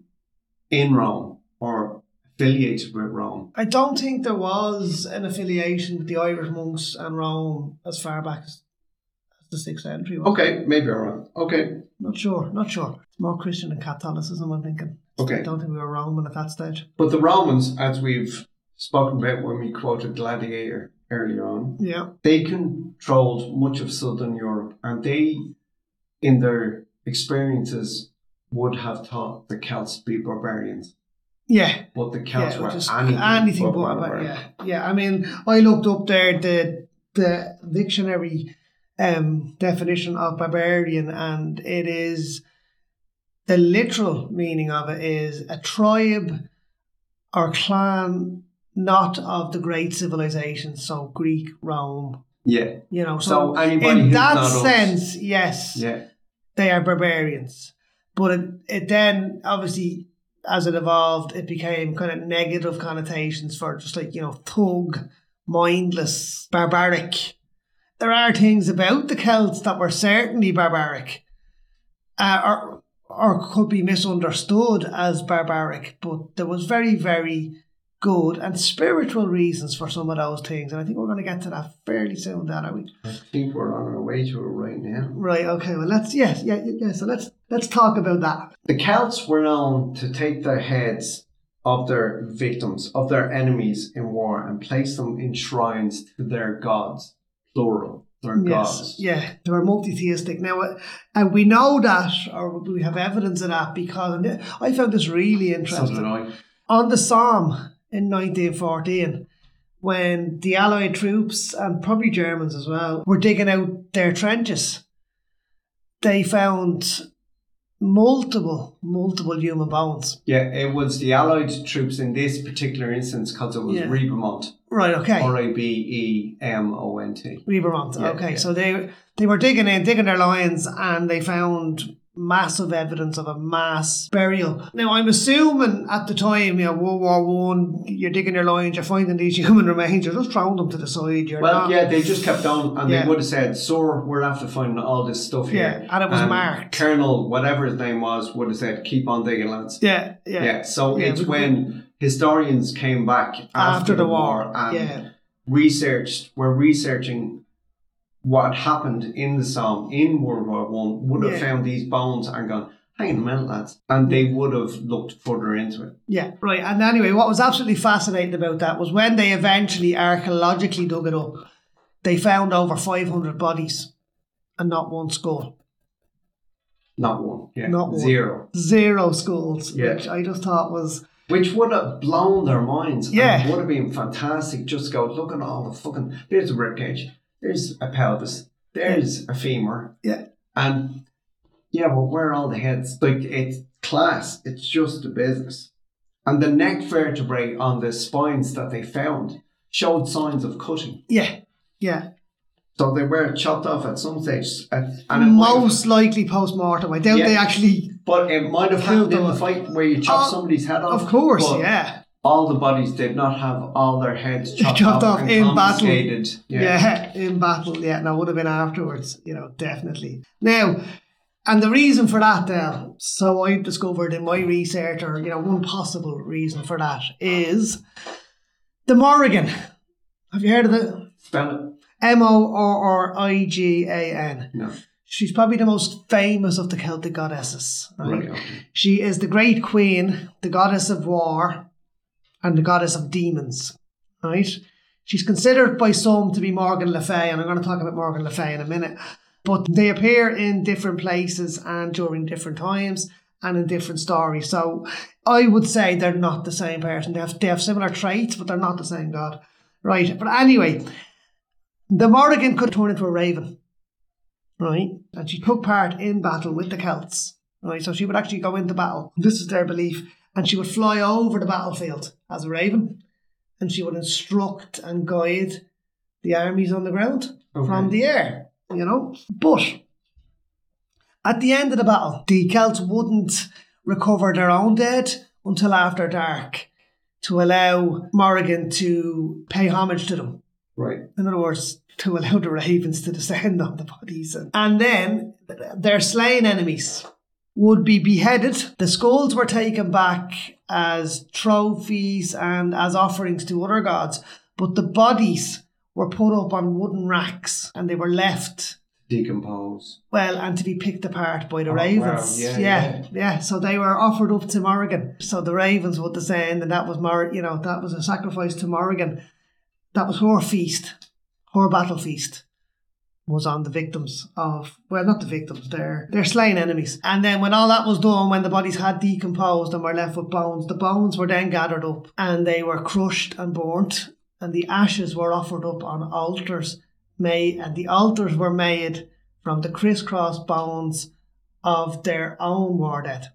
in Rome or affiliated with Rome. I don't think there was an affiliation with the Irish monks and Rome as far back as, as the sixth century. was there? Okay, maybe I'm wrong. Okay, Not sure, not sure. It's more Christian than Catholicism, I'm thinking. I okay. don't think we were Roman at that stage. But the Romans, as we've spoken about when we quoted Gladiator earlier on, Yeah. they controlled much of southern Europe and they, in their experiences, would have taught the Celts to be barbarians. Yeah. But the Celts Yeah, were just anything, anything but but about, barbarian. yeah. Yeah. I mean, I looked up there the the dictionary um definition of barbarian and it is the literal meaning of it is a tribe or clan not of the great civilizations, so Greek, Rome, Yeah. you know. So, So anybody in who's that not us- sense, yes, Yeah. they are barbarians. But it, it then obviously, as it evolved, it became kind of negative connotations for just like, you know, thug, mindless, barbaric. There are things about the Celts that were certainly barbaric uh, or, or could be misunderstood as barbaric, but there was very, very good and spiritual reasons for some of those things. And I think we're going to get to that fairly soon, Dan, are we? I think we're on our way to it right now. Right. Okay. Well, let's. Yes. Yeah. Yeah. yeah, So let's let's talk about that. The Celts were known to take their heads of their victims, of their enemies in war, and place them in shrines to their gods, plural, their Yes. gods. Yeah. They were multi-theistic. Now, uh, and we know that, or we have evidence of that, because and th- I found this really So did interesting I. on the Somme in 1914, when the Allied troops and probably Germans as well were digging out their trenches. They found multiple, multiple human bones. Yeah, it was the Allied troops in this particular instance because it was Yeah. Ribermont, Right. Okay. R A B E M O N T. Rivermont. Yeah, okay, yeah. so they they were digging in, digging their lines, and they found massive evidence of a mass burial. Now, I'm assuming at the time, you know, World War One, you're digging your lines, you're finding these [LAUGHS] human remains, you're just throwing them to the side. You're Well, not, yeah, they just kept on, and Yeah. they would have said, "Sir, we're after finding all this stuff Yeah, here." and it was marked. Colonel, whatever his name was, would have said, "Keep on digging, lads." yeah, yeah. Yeah. so Yeah, it's we- when historians came back after, After the war, and yeah. researched, were researching what happened in the Somme in World War One, would have Yeah. found these bones and gone, "Hang on a minute, lads," and they would have looked further into it. Yeah, right. And anyway, what was absolutely fascinating about that was when they eventually archaeologically dug it up, they found over 500 bodies and not one skull. Not one, yeah, Not one. zero. Zero skulls, Yeah. which I just thought was Which would have blown their minds. Yeah. And would have been fantastic just to go, look at all the fucking. There's a ribcage. There's a pelvis. There's a femur. Yeah. And yeah, well, where are all the heads? Like, it's class. It's just a business. And the neck vertebrae on the spines that they found showed signs of cutting. Yeah, yeah. So they were chopped off at some stage. And, and it might have- Most likely post mortem. I doubt Yeah. they actually. but it might have happened in the Killed them. fight where you chop Oh, somebody's head off. Of course, but yeah. all the bodies did not have all their heads chopped, Chopped off, off and in battle. confiscated. yeah, In battle, yeah. No, would have been afterwards, you know, definitely. Now, and the reason for that, Dale, so I've discovered in my research, or you know, one possible reason for that is the Morrigan. Have you heard of it? Spell it. M O R R I G A N. No. She's probably the most famous of the Celtic goddesses. right? Right. okay. She is the great queen, the goddess of war, and the goddess of demons. Right? She's considered by some to be Morgan Le Fay, and I'm going to talk about Morgan Le Fay in a minute. But they appear in different places and during different times and in different stories. So I would say they're not the same person. They have, they have similar traits, but they're not the same god. Right? But anyway, the Morrigan could turn into a raven right? And she took part in battle with the Celts, right? So she would actually go into battle. This is their belief. And she would fly over the battlefield as a raven and she would instruct and guide the armies on the ground from Okay. the air, you know? But at the end of the battle, the Celts wouldn't recover their own dead until after dark to allow Morrigan to pay homage to them. Right. In other words, to allow the ravens to descend on the bodies. And, and then their slain enemies would be beheaded. The skulls were taken back as trophies and as offerings to other gods, but the bodies were put up on wooden racks and they were left Decompose. well, and to be picked apart by the Oh, Ravens. wow. Yeah, yeah, yeah. yeah. So they were offered up to Morrigan. So the Ravens would descend, and that was Mor- you know, that was a sacrifice to Morrigan. That was her feast, her battle feast, was on the victims of well, not the victims, their their slain enemies. And then when all that was done, when the bodies had decomposed and were left with bones, the bones were then gathered up and they were crushed and burnt, and the ashes were offered up on altars made, and the altars were made from the crisscross bones of their own war dead.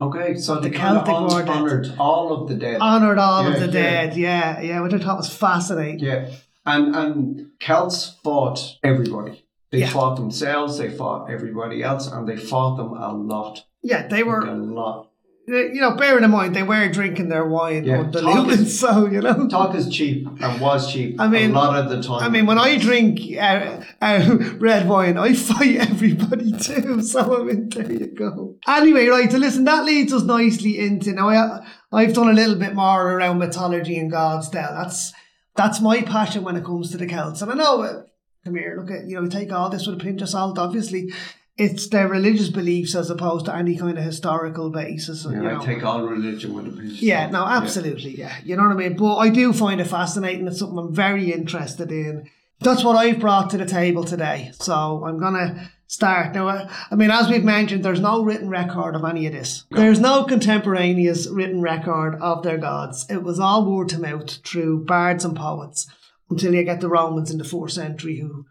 Okay, so The they kind of Celtic War dead. honored all of the dead. Honored all Yeah, of the yeah. dead. Yeah, yeah, which I thought was fascinating. Yeah, and and Celts fought everybody. They Yeah. fought themselves. They fought everybody else, and they fought them a lot. Yeah, they were, a lot. you know, bearing in mind, they were drinking their wine Yeah. undiluted, [LAUGHS] so, you know. Talk is cheap and was cheap. I mean- a lot of the time. I mean, when I drink uh, uh, [LAUGHS] red wine, I fight everybody too. [LAUGHS] So I mean, there you go. Anyway, right. So listen, that leads us nicely into now. I, I've done a little bit more around mythology and gods. Now that's that's my passion when it comes to the Celts, and I know. uh, Come here, look at you know, take all this with a pinch of salt. Obviously, it's their religious beliefs as opposed to any kind of historical basis. you yeah, know. I take all religion with a pinch. of Yeah, salt. no, absolutely. Yeah. You know what I mean? But I do find it fascinating. It's something I'm very interested in. That's what I've brought to the table today. So I'm going to start. Now, I I mean, as we've mentioned, there's no written record of any of this. There's no contemporaneous written record of their gods. It was all word to mouth through bards and poets until you get the Romans in the fourth century who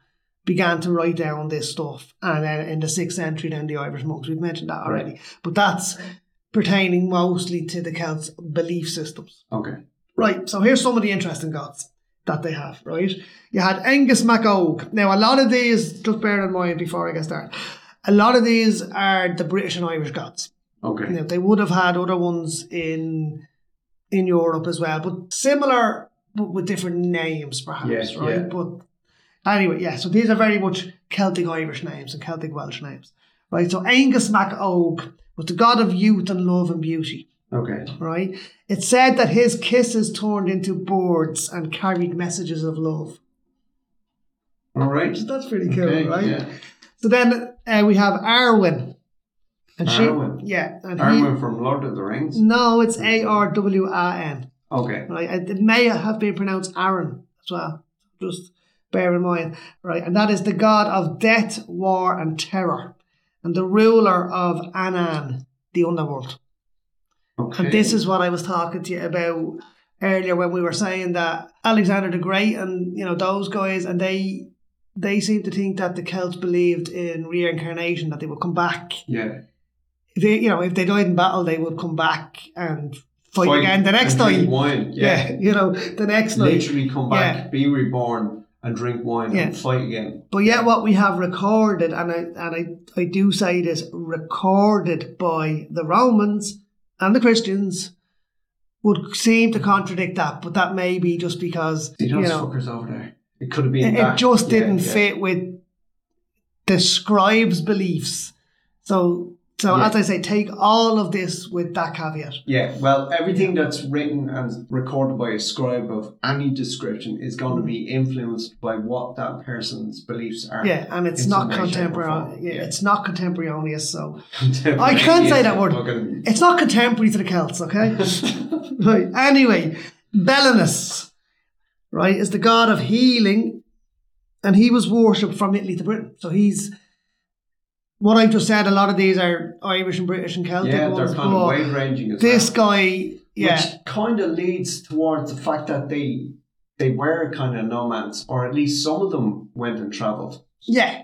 began to write down this stuff. And then in the sixth century, then the Irish monks. We've mentioned that already. But that's pertaining mostly to the Celts' belief systems. Okay. Right, so here's some of the interesting gods that they have, right? You had Angus MacOg. Now, a lot of these, just bear in mind before I get started, a lot of these are the British and Irish gods. Okay. Now, they would have had other ones in in Europe as well, but similar, but with different names, perhaps, Yes, yeah. right? But anyway, yeah, so these are very much Celtic Irish names and Celtic Welsh names, right? So Angus MacOg was the god of youth and love and beauty Okay. right? It said that his kisses turned into boards and carried messages of love. All right. So that's pretty cool, Okay, right? yeah. So then uh, we have Arwen. And Arwen. she, yeah, and he- Mm. Arwen from Lord of the Rings. no, it's A R W I N. Okay. Right, and it may have been pronounced Aaron as well. Just bear in mind, right? And that is the god of death, war, and terror, and the ruler of Anan, the underworld. Okay. And this is what I was talking to you about earlier when we were saying that Alexander the Great and you know those guys and they they seem to think that the Celts believed in reincarnation that they would come back. yeah. If They you know if they died in battle they would come back and fight, again the next and drink night. Wine. Yeah. Yeah. you know the next night. Literally come back, Yeah. be reborn, and drink wine Yeah. and fight again. But yet what we have recorded and I and I, I do say this recorded by the Romans and the Christians would seem to contradict that, but that may be just because See you those know fuckers over there. It could have been. it, that. it just Yeah, didn't yeah. fit with the scribes' beliefs. So, so Yeah. as I say, take all of this with that caveat. Yeah, well, everything that's written and recorded by a scribe of any description is going to be influenced by what that person's beliefs are. Yeah, and it's in some not way, shape, or contemporary. form. Yeah, [LAUGHS] it's not contemporaneous. So Contemporary I can't say is that word. fucking- It's not contemporary to the Celts. [LAUGHS] Okay. right. Anyway, Belinus, right, is the god of healing, and he was worshipped from Italy to Britain. So he's what I've just said. A lot of these are Irish and British and Celtic yeah, ones. they're kind but of wide ranging as this well. guy, yeah, Which kind of leads towards the fact that they they were kind of nomads, or at least some of them went and travelled. yeah,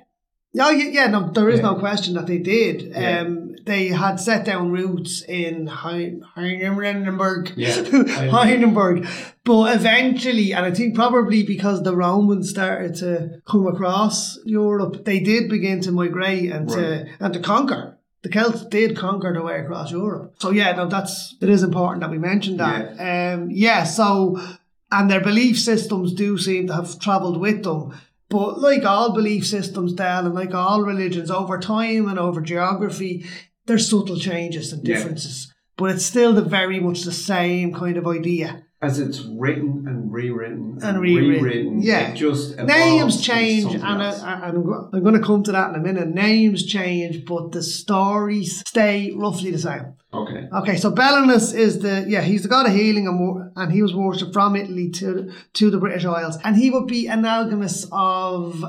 oh, yeah, yeah. No, there is Yeah. no question that they did. Yeah. Um, they had set down roots in Hein- Hindenburg, [LAUGHS] Yeah. Hindenburg, but eventually, and I think probably because the Romans started to come across Europe, they did begin to migrate and to and to conquer. The Celts did conquer their way across Europe. So yeah, no, that's it is important that we mention that. Um, yeah, so and their belief systems do seem to have travelled with them. But like all belief systems, Dal, and like all religions, over time and over geography, there's subtle changes and Yeah. differences. But it's still the very much the same kind of idea. As it's written and rewritten and, And rewritten, yeah. it just evolves Names into change, something and I, else. I- I'm, go- I'm going to come to that in a minute. Names change, but the stories stay roughly the same. okay, Okay, so Belinus is the yeah he's the god of healing and war, and he was worshipped from Italy to to the British Isles, and he would be analogous of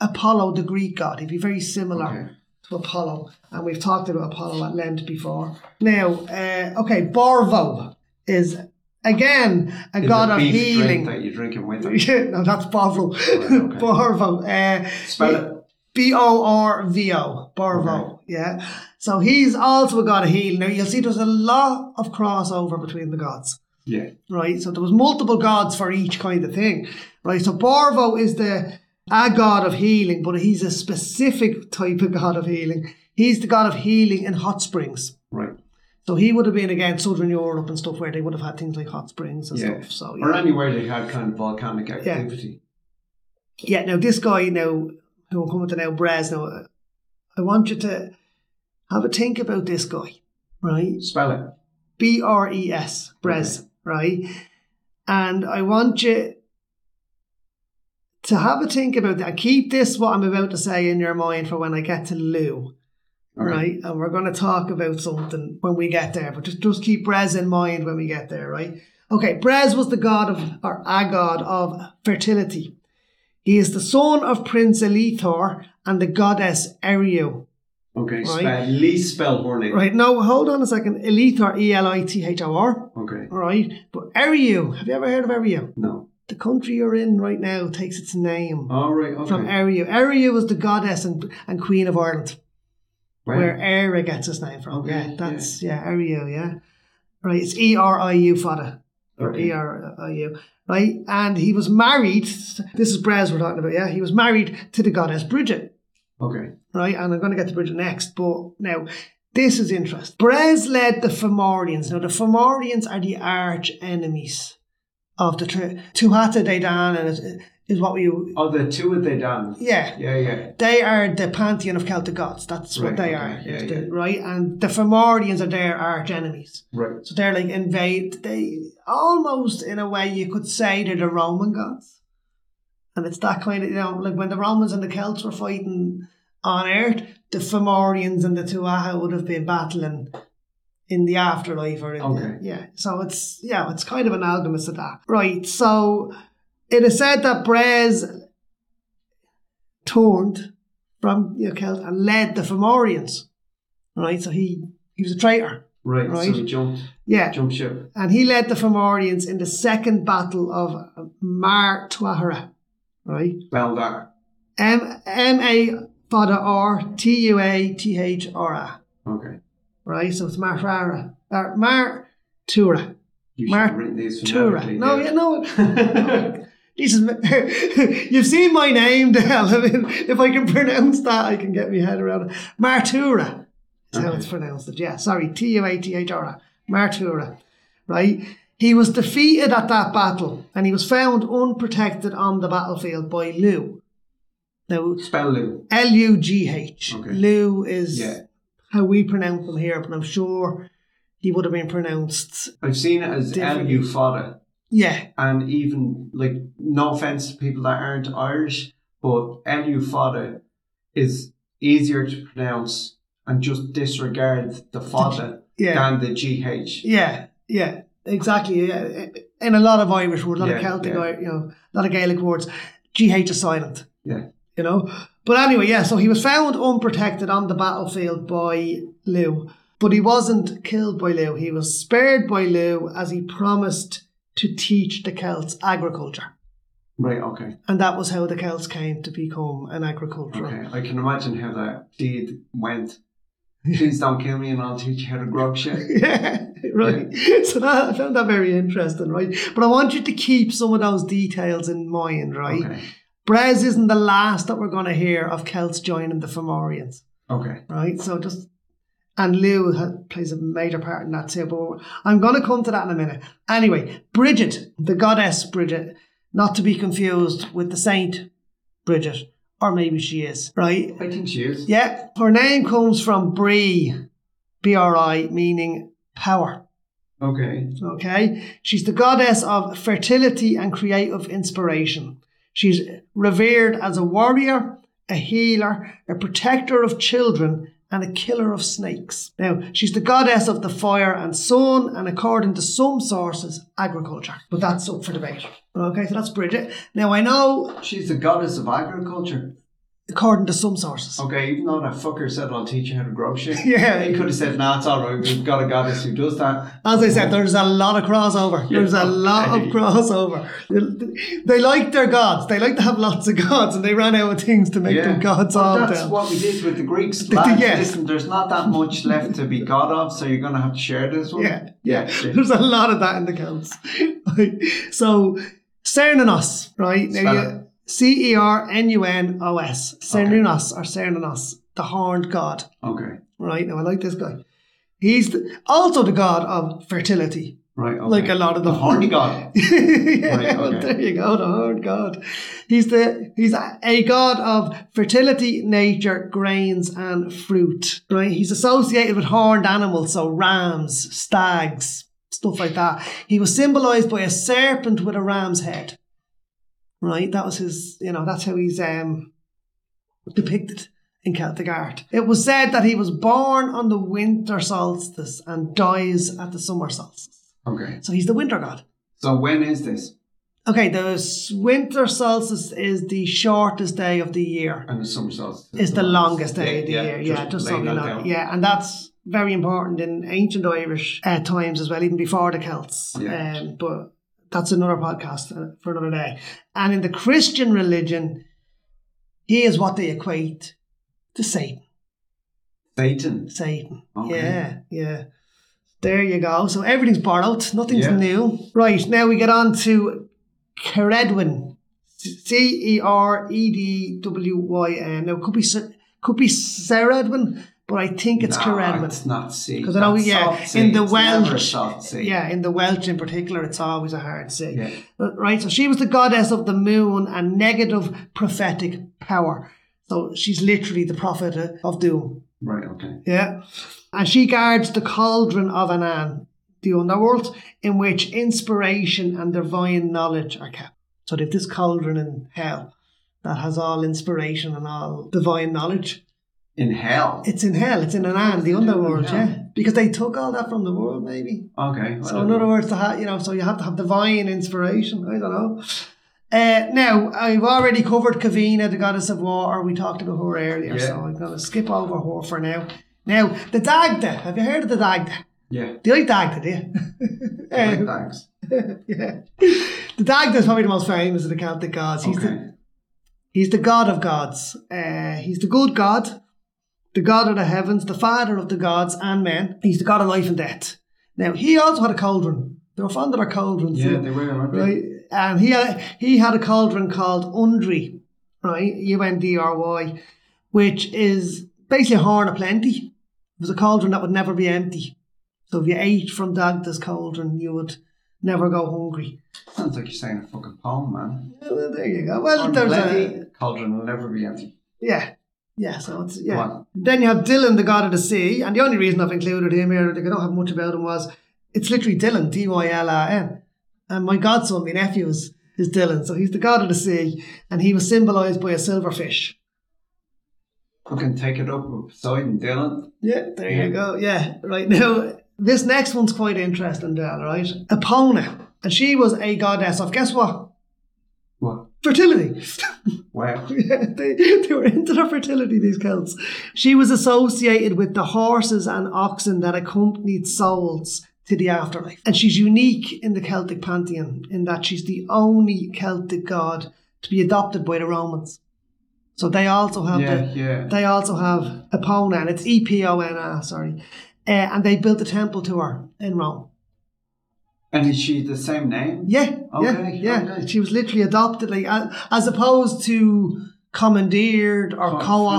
Apollo, the Greek god. He'd be very similar Okay. to Apollo, and we've talked about Apollo at length before. Now, uh, okay, Borvo is again a Is god it of beef drink healing. [LAUGHS] that you're drinking with them. Yeah, no, that's Borvo. okay. Borvo. Uh, Spell it. B O R V O, Borvo. Yeah. So he's also a god of healing. Now you'll see there's a lot of crossover between the gods. Yeah. Right. So there was multiple gods for each kind of thing. Right. So Borvo is the a god of healing, but he's a specific type of god of healing. He's the god of healing in hot springs. Right. So he would have been against Southern Europe and stuff where they would have had things like hot springs and Yeah. stuff. So Or anywhere they had kind of volcanic activity. yeah, now this guy now who I'm coming to now, Brez, now uh, I want you to have a think about this guy, right? Spell it. B R E S, Brez, right? And I want you to have a think about that. Keep this what I'm about to say in your mind for when I get to Lou, Okay. right? And we're going to talk about something when we get there, but just, just keep Brez in mind when we get there, right? Okay, Brez was the god of, or a god of fertility. He is the son of Prince Elithor and the goddess Eriu. Okay. Right. Spell, at least spell her name. Right, now hold on a second. Elithor, E L I T H O R. Okay. All right, but Eriu, have you ever heard of Eriu? No. The country you're in right now takes its name All right. Okay. from Eriu. Eriu was the goddess and, and queen of Ireland, Right. where Era gets its name from. Okay, yeah, yeah. that's, yeah, Eriu, yeah. Right, it's E R I U, father. Or Okay. E R I U. Right, and he was married, this is Brez we're talking about, yeah? He was married to the goddess Bridget. Okay. right? And I'm going to get to Bridget next, but now this is interesting. Brez led the Fomorians. Now, the Fomorians are the arch enemies of the tri- Tuatha De Dan, and is, is what we Oh, the two that they done. yeah. Yeah. Yeah. They are the pantheon of Celtic gods. That's Right, what they okay, are, yeah, It's the- yeah. right? And the Fomorians are their arch enemies. Right. So they're like invade. They almost, in a way, you could say they're the Roman gods, and it's that kind of you know, like when the Romans and the Celts were fighting on Earth, the Fomorians and the Tuatha would have been battling in the afterlife or in Okay. the, yeah. So it's yeah, it's kind of analogous to that, right? So it is said that Brez turned from you know, Celt and led the Fomorians, right? So he he was a traitor. Right. Right. So we jumped. Yeah, Jump ship. and he led the Fomorians in the second battle of Mar Tuatara, right? Spell that. M M A Fada R T U A T H R A, Okay. right? So it's Mar Tuatara, or Mar Tura, You should Mar- have written these Tura. phonetically, No, yeah, no. [LAUGHS] This is, you've seen my name, [LAUGHS] Dale. I mean, if I can pronounce that, I can get my head around it. Martura is how Okay. it's pronounced. It. Yeah, sorry, T U A T H R A. Martura, right? He was defeated at that battle, and he was found unprotected on the battlefield by Lou. Now, Spell Lou. L U G H. Okay. Lou is Yeah. how we pronounce them here, but I'm sure he would have been pronounced. I've seen it as Different. L.U. Fada. Yeah, And even, like, no offense to people that aren't Irish, but L.U. Fada is easier to pronounce and just disregard the Fada yeah, than the G.H. yeah, yeah. Exactly. Yeah. In a lot of Irish words, a lot of Yeah, Celtic, yeah. Ir- you know, a lot of Gaelic words, G H is silent. Yeah. you know. But anyway, yeah, so he was found unprotected on the battlefield by Lou, but he wasn't killed by Lou. He was spared by Lou as he promised to teach the Celts agriculture. Right, okay. And that was how the Celts came to become an agricultural. Okay. I can imagine how that deed went. Please don't kill me and I'll teach you how to grow [LAUGHS] shit. [LAUGHS] Yeah, right. So that, I found that very interesting, right? But I want you to keep some of those details in mind, right? Okay. Brez isn't the last that we're going to hear of Celts joining the Fomorians. Okay. right? So just and Lou ha- plays a major part in that too. But I'm going to come to that in a minute. Anyway, Bridget, the goddess Bridget, not to be confused with the saint Bridget, or maybe she is, right? I think she is. Yeah, her name comes from Bri, B R I, meaning power. Okay. Okay, she's the goddess of fertility and creative inspiration. She's revered as a warrior, a healer, a protector of children, and a killer of snakes. Now, she's the goddess of the fire and sun, and according to some sources, agriculture. But that's up for debate. Okay, so that's Bridget. Now, I know She's the goddess of agriculture. according to some sources. Okay, even though that fucker said, I'll teach you how to grow shit. [LAUGHS] Yeah. They could have said, nah, it's all right. We've got a goddess who does that. As I said, there's a lot of crossover. There's oh, a lot of crossover. They like their gods. They like to have lots of gods, and they ran out of things to make them gods Well, all That's down. what we did with the Greeks. the- Lads, [LAUGHS] yeah. Listen, there's not that much left to be god of, so you're going to have to share this one. Yeah, yeah. There's a lot of that in the counts. [LAUGHS] so Cernunos, right? Now Spell you- it. C E R N U N O S. Cernunos or Cernunos, the horned god. Okay. Right now, I like this guy. He's the, also the god of fertility, Right. Okay. like a lot of the the horny god. [LAUGHS] yeah, Right, well, okay. there you go. The horned god. He's the he's a, a god of fertility, nature, grains, and fruit. Right. He's associated with horned animals, so rams, stags, stuff like that. He was symbolized by a serpent with a ram's head. Right. That was his. You know. That's how he's um depicted. In Celtic art, it was said that he was born on the winter solstice and dies at the summer solstice. Okay. So he's the winter god. So when is this? Okay, the s- winter solstice is the shortest day of the year. And the summer solstice. It's the longest day of the Yeah, yeah, year. Yeah, just just, laying something that like down. Yeah, and that's very important in ancient Irish uh, times as well, even before the Celts. Yeah. Um, but that's another podcast uh, for another day. And in the Christian religion, he is what they equate to Satan. Satan. Satan. Okay. Yeah, yeah. There you go. So everything's borrowed. Nothing's Yeah. new. Right, now we get on to Ceredwin. C E R E D W Y N. Now, it could be, Cer- could be Ceredwin, but I think it's Nah, Ceredwin. it's not C. 'Cause I know, That's yeah, soft C. in the It's never a Welsh- soft C. Yeah, in the Welsh in particular, it's always a hard say. Yeah. But- Right, so she was the goddess of the moon and negative prophetic power. So she's literally the prophet uh, of doom. Right. Okay. Yeah. And she guards the cauldron of Anan, the underworld, in which inspiration and divine knowledge are kept. So they have this cauldron in hell that has all inspiration and all divine knowledge. In hell. It's in hell, it's in Anan, the underworld, Yeah. yeah. Because they took all that from the world, maybe. Okay. whatever. So in other words, to ha- you know, so you have to have divine inspiration. I don't know. Uh, now I've already covered Kavina, the goddess of war. We talked about her earlier, Yeah. so I'm going to skip over her for now. Now the Dagda. Have you heard of the Dagda? Yeah. Do you like Dagda? Do you? [LAUGHS] Right, Um, thanks. yeah. The Dagda is probably the most famous of the Celtic gods. He's the Okay. He's the God of gods. Uh, he's the good God, the God of the heavens, the Father of the gods and men. He's the God of life and death. Now, he also had a cauldron. They were fond of their cauldrons. Yeah, yeah. they were, weren't they? Right? And he had, he had a cauldron called Undry, right? U N D R Y, which is basically a horn of plenty. It was a cauldron that would never be empty. So if you ate from Dagda's cauldron, you would never go hungry. Sounds like you're saying a fucking poem, man. Well, there you go. Well, Or there's a, Lenny, Cauldron will never be empty. Yeah. Yeah, so it's yeah. Wow. Then you have Dylan, the god of the sea, and the only reason I've included him here, like I don't have much about him, was it's literally Dylan, D Y L I N, and my godson, my nephew, is, is Dylan, so he's the god of the sea, and he was symbolised by a silverfish. Fucking take it up with Poseidon, Dylan. Yeah, there Yeah. you go. Yeah, right now this next one's quite interesting, Dal. Right, Epona, and she was a goddess of guess what? What? Fertility. [LAUGHS] Wow. Yeah, [LAUGHS] they, they were into their fertility, these Celts. She was associated with the horses and oxen that accompanied souls to the afterlife. And she's unique in the Celtic pantheon in that she's the only Celtic god to be adopted by the Romans. So they also have Yeah, the, yeah. they also have Epona, and it's E P O N A, sorry. Uh, and they built a temple to her in Rome. And is she the same name? Yeah, Okay, yeah, yeah. okay. She was literally adopted, like a- as opposed to commandeered Kind or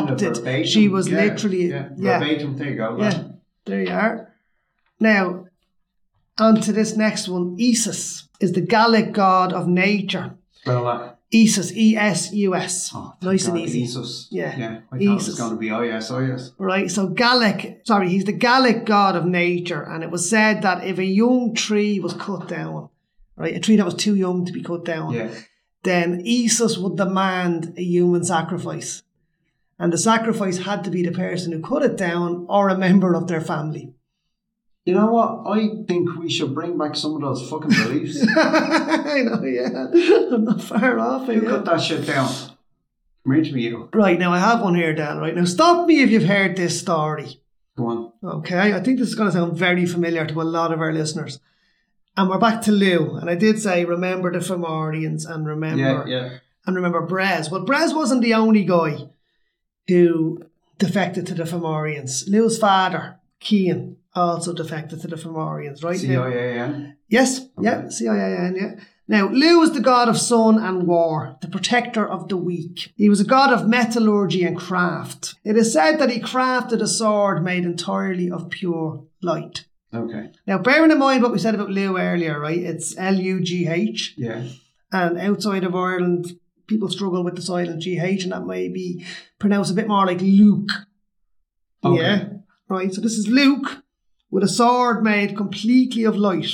of verbatim. co-opted. She was Yeah, literally, Yeah. yeah, Verbatim, there you go. yeah. lad. There you are. Now, on to this next one. Isis is the Gallic god of nature. Spell that. Isis, E S U S, uh, Oh, thank nice and God, easy. Jesus. Yeah, Yeah. I thought it was Jesus. going to be oh, IS, IS. Right, so Gallic, sorry, he's the Gallic god of nature, and it was said that if a young tree was cut down, right, a tree that was too young to be cut down, Yeah. then Isis would demand a human sacrifice. And the sacrifice had to be the person who cut it down or a member of their family. [LAUGHS] You know what? I think we should bring back some of those fucking [LAUGHS] beliefs. I know, yeah. I'm not far off. Who yeah. cut that shit down? Come here to me, you. Right now, I have one here, Dan. Right now, stop me if you've heard this story. Go on. Okay, I think this is going to sound very familiar to a lot of our listeners. And we're back to Lou. And I did say, remember the Fomorians and Yeah, remember yeah. and remember Brez. Well, Brez wasn't the only guy who defected to the Fomorians. Lou's father, Kean, also defected to the Fomorians, right? C Now- I A N. Yes, yeah, CIAN, yeah. Now, Lou was the god of sun and war, the protector of the weak. He was a god of metallurgy and craft. It is said that he crafted a sword made entirely of pure light. Okay. Now, bearing in mind what we said about Lou earlier, right? It's L U G H, Yeah. and outside of Ireland, people struggle with the silent GH, and that may be pronounced a bit more like Luke. Okay. Yeah. Right. So this is Luke with a sword made completely of light.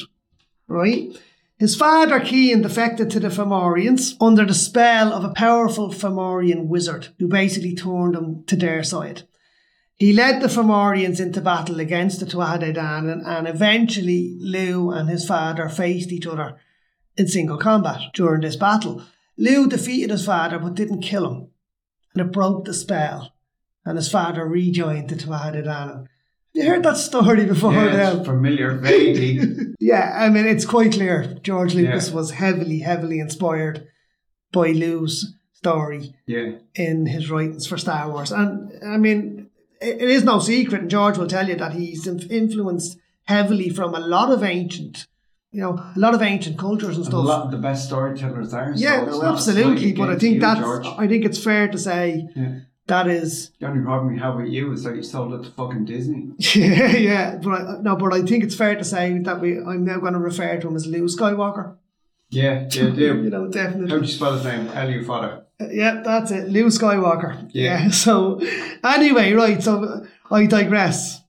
Right. His father Kean defected to the Fomorians under the spell of a powerful Fomorian wizard who basically turned them to their side. He led the Fomorians into battle against the Tuatha De Danann, and eventually Lou and his father faced each other in single combat during this battle. Lou defeated his father but didn't kill him, and it broke the spell, and his father rejoined the Tuatha De Danann. You heard that story before, Yeah, Dan? it's familiar, [LAUGHS] vaguely. Yeah, I mean, it's quite clear George Lucas Yeah. was heavily, heavily inspired by Lou's story yeah. in his writings for Star Wars. And I mean, it, it is no secret, and George will tell you that he's inf- influenced heavily from a lot of ancient, you know, a lot of ancient cultures and And a stuff. lot Oh, of the best storytellers are. so yeah, it's no, not absolutely. slight But I against think you, that's, George. I think it's fair to say Yeah. [LAUGHS] that is The only problem we have with you is that you sold it to fucking [LAUGHS] Disney. Yeah, yeah, but I, no, but I think it's fair to say that we. I'm now going to refer to him as Lou Skywalker. Yeah, yeah, You do. know, definitely. Uh, How do you spell his name? Elio Fodder. Yeah, that's it. Lou Skywalker. Yeah. [LAUGHS] So, anyway, right. So uh, I digress.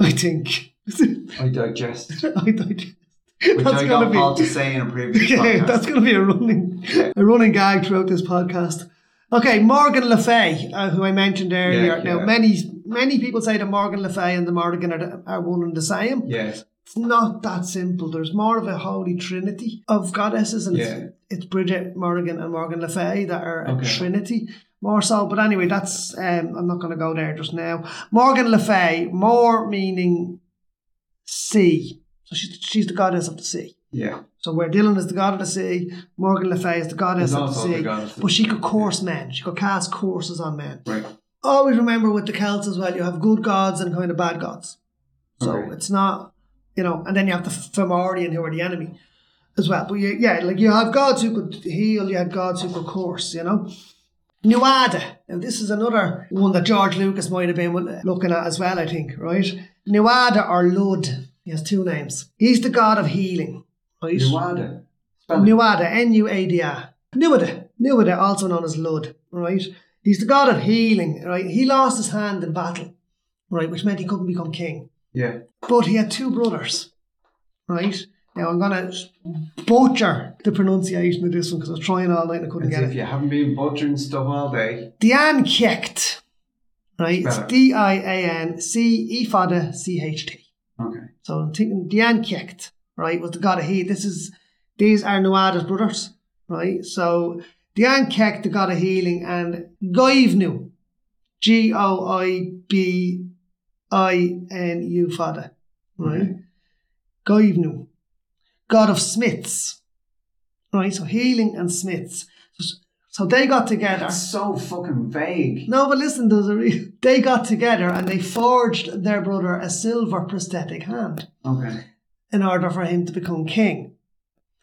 I think. [LAUGHS] I digest. I dig- Which That's I gonna got be- Paul to say in a previous [LAUGHS] yeah, podcast. that's going to be a running, a running gag throughout this podcast. Okay, Morgan Le Fay, uh, who I mentioned earlier. Yeah, now, yeah. many many people say that Morgan Le Fay and the Morgan are, the- are one and the same. Yes. It's not that simple. There's more of a holy trinity of goddesses, and Yeah. it's, it's Bridget Morgan and Morgan Le Fay that are a Okay. trinity more so. But anyway, that's um, I'm not going to go there just now. Morgan Le Fay, more meaning sea. So she's she's the goddess of the sea. Yeah. So where Dylan is the god of the sea, Morgan Le Fay is the goddess Is of the also the sea. goddess of but the she sea, could course men. She could cast courses on men Right. always remember with the Celts as well, you have good gods and kind of bad gods. So Okay. it's not, you know, and then you have the Fomorian who are the enemy as well. But you, yeah, like you have gods who could heal, you had gods who could curse, you know. Nuada. Now, this is another one that George Lucas might have been uh, looking at as well, I think, right? Nuada or Lud. He has two names. He's the god of healing, right? Nuada. Spell it. Nuada, N U A D A. Nuada, Nuada, also known as Lud, right? He's the god of healing, right? He lost his hand in battle, right, which meant he couldn't become king. Yeah. But he had two brothers, right? Now I'm going to butcher the pronunciation of this one because I was trying all night and I couldn't As get if it. you haven't been butchering stuff all day. Diane Kiecht, right? Spell It's it. D I A N C E Fada C H T. Okay. So I'm thinking Diane Kicht, right, was the god of heat. This is these are Nuada's brothers, right? So Diane Kicht, the god of healing, and Goivnu, G O I B I N U Fada, right? Okay. Goivnu, god of smiths, right? So healing and smiths. So, so they got together. That's so fucking vague. No, but listen, there's a re- [LAUGHS] they got together and they forged their brother a silver prosthetic hand Okay. in order for him to become king.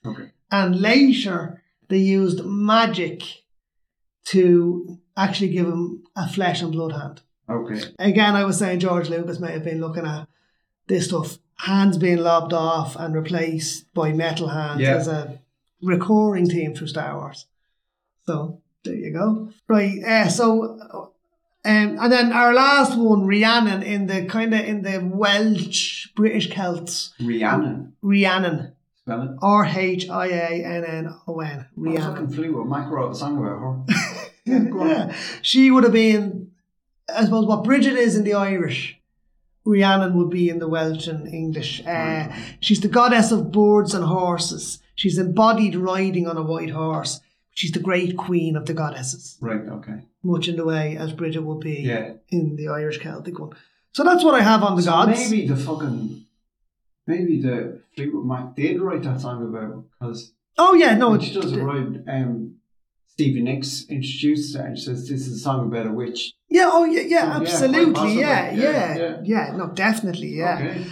Okay. And later, they used magic to actually give him a flesh and blood hand. Okay. Again, I was saying George Lucas may have been looking at this stuff hands being lobbed off and replaced by metal hands Yeah. as a recurring theme through Star Wars. So there you go. Right. Uh, so, um, and then our last one, Rhiannon, in the kind of in the Welsh British Celts, Rihanna. Rhiannon. Spell it. R H I A N N O N. I fucking Rihanna. flew a macro song about her. [LAUGHS] yeah, go on. Yeah. She would have been, I suppose, what Bridget is in the Irish. Rhiannon would be in the Welsh and English. Uh, she's the goddess of birds and horses. She's embodied riding on a white horse. she's the great queen of the goddesses, Right, okay. much in the way as Bridget would be Yeah. in the Irish Celtic one. So that's what I have on the So gods. Maybe the fucking. Maybe the Fleetwood Mac did write that song about because oh yeah, no, when it's she does it right. Um, Stevie Nicks introduces her and says, "This is a song about a witch." yeah, oh yeah, yeah, Yeah, quite absolutely, possibly. yeah, Yeah, yeah, yeah. yeah, no, definitely, yeah. Okay.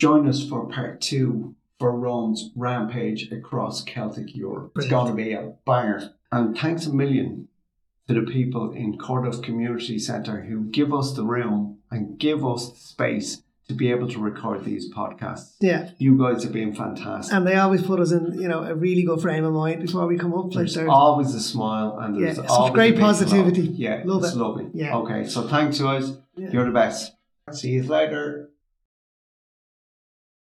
Join us for part two for Ron's rampage across Celtic Europe. It's going to be a banger. And thanks a million to the people in Cardiff Community Centre who give us the room and give us the space to be able to record these podcasts. Yeah, You guys have been fantastic. and they always put us in, you know, a really good frame of mind before we come up. Like There's they're always a smile and Oh, Yeah, there's it's always great a big laugh. positivity. Yeah, Love it's it. lovely. Yeah. Okay, so thanks guys. Yeah. You're the best. See you later.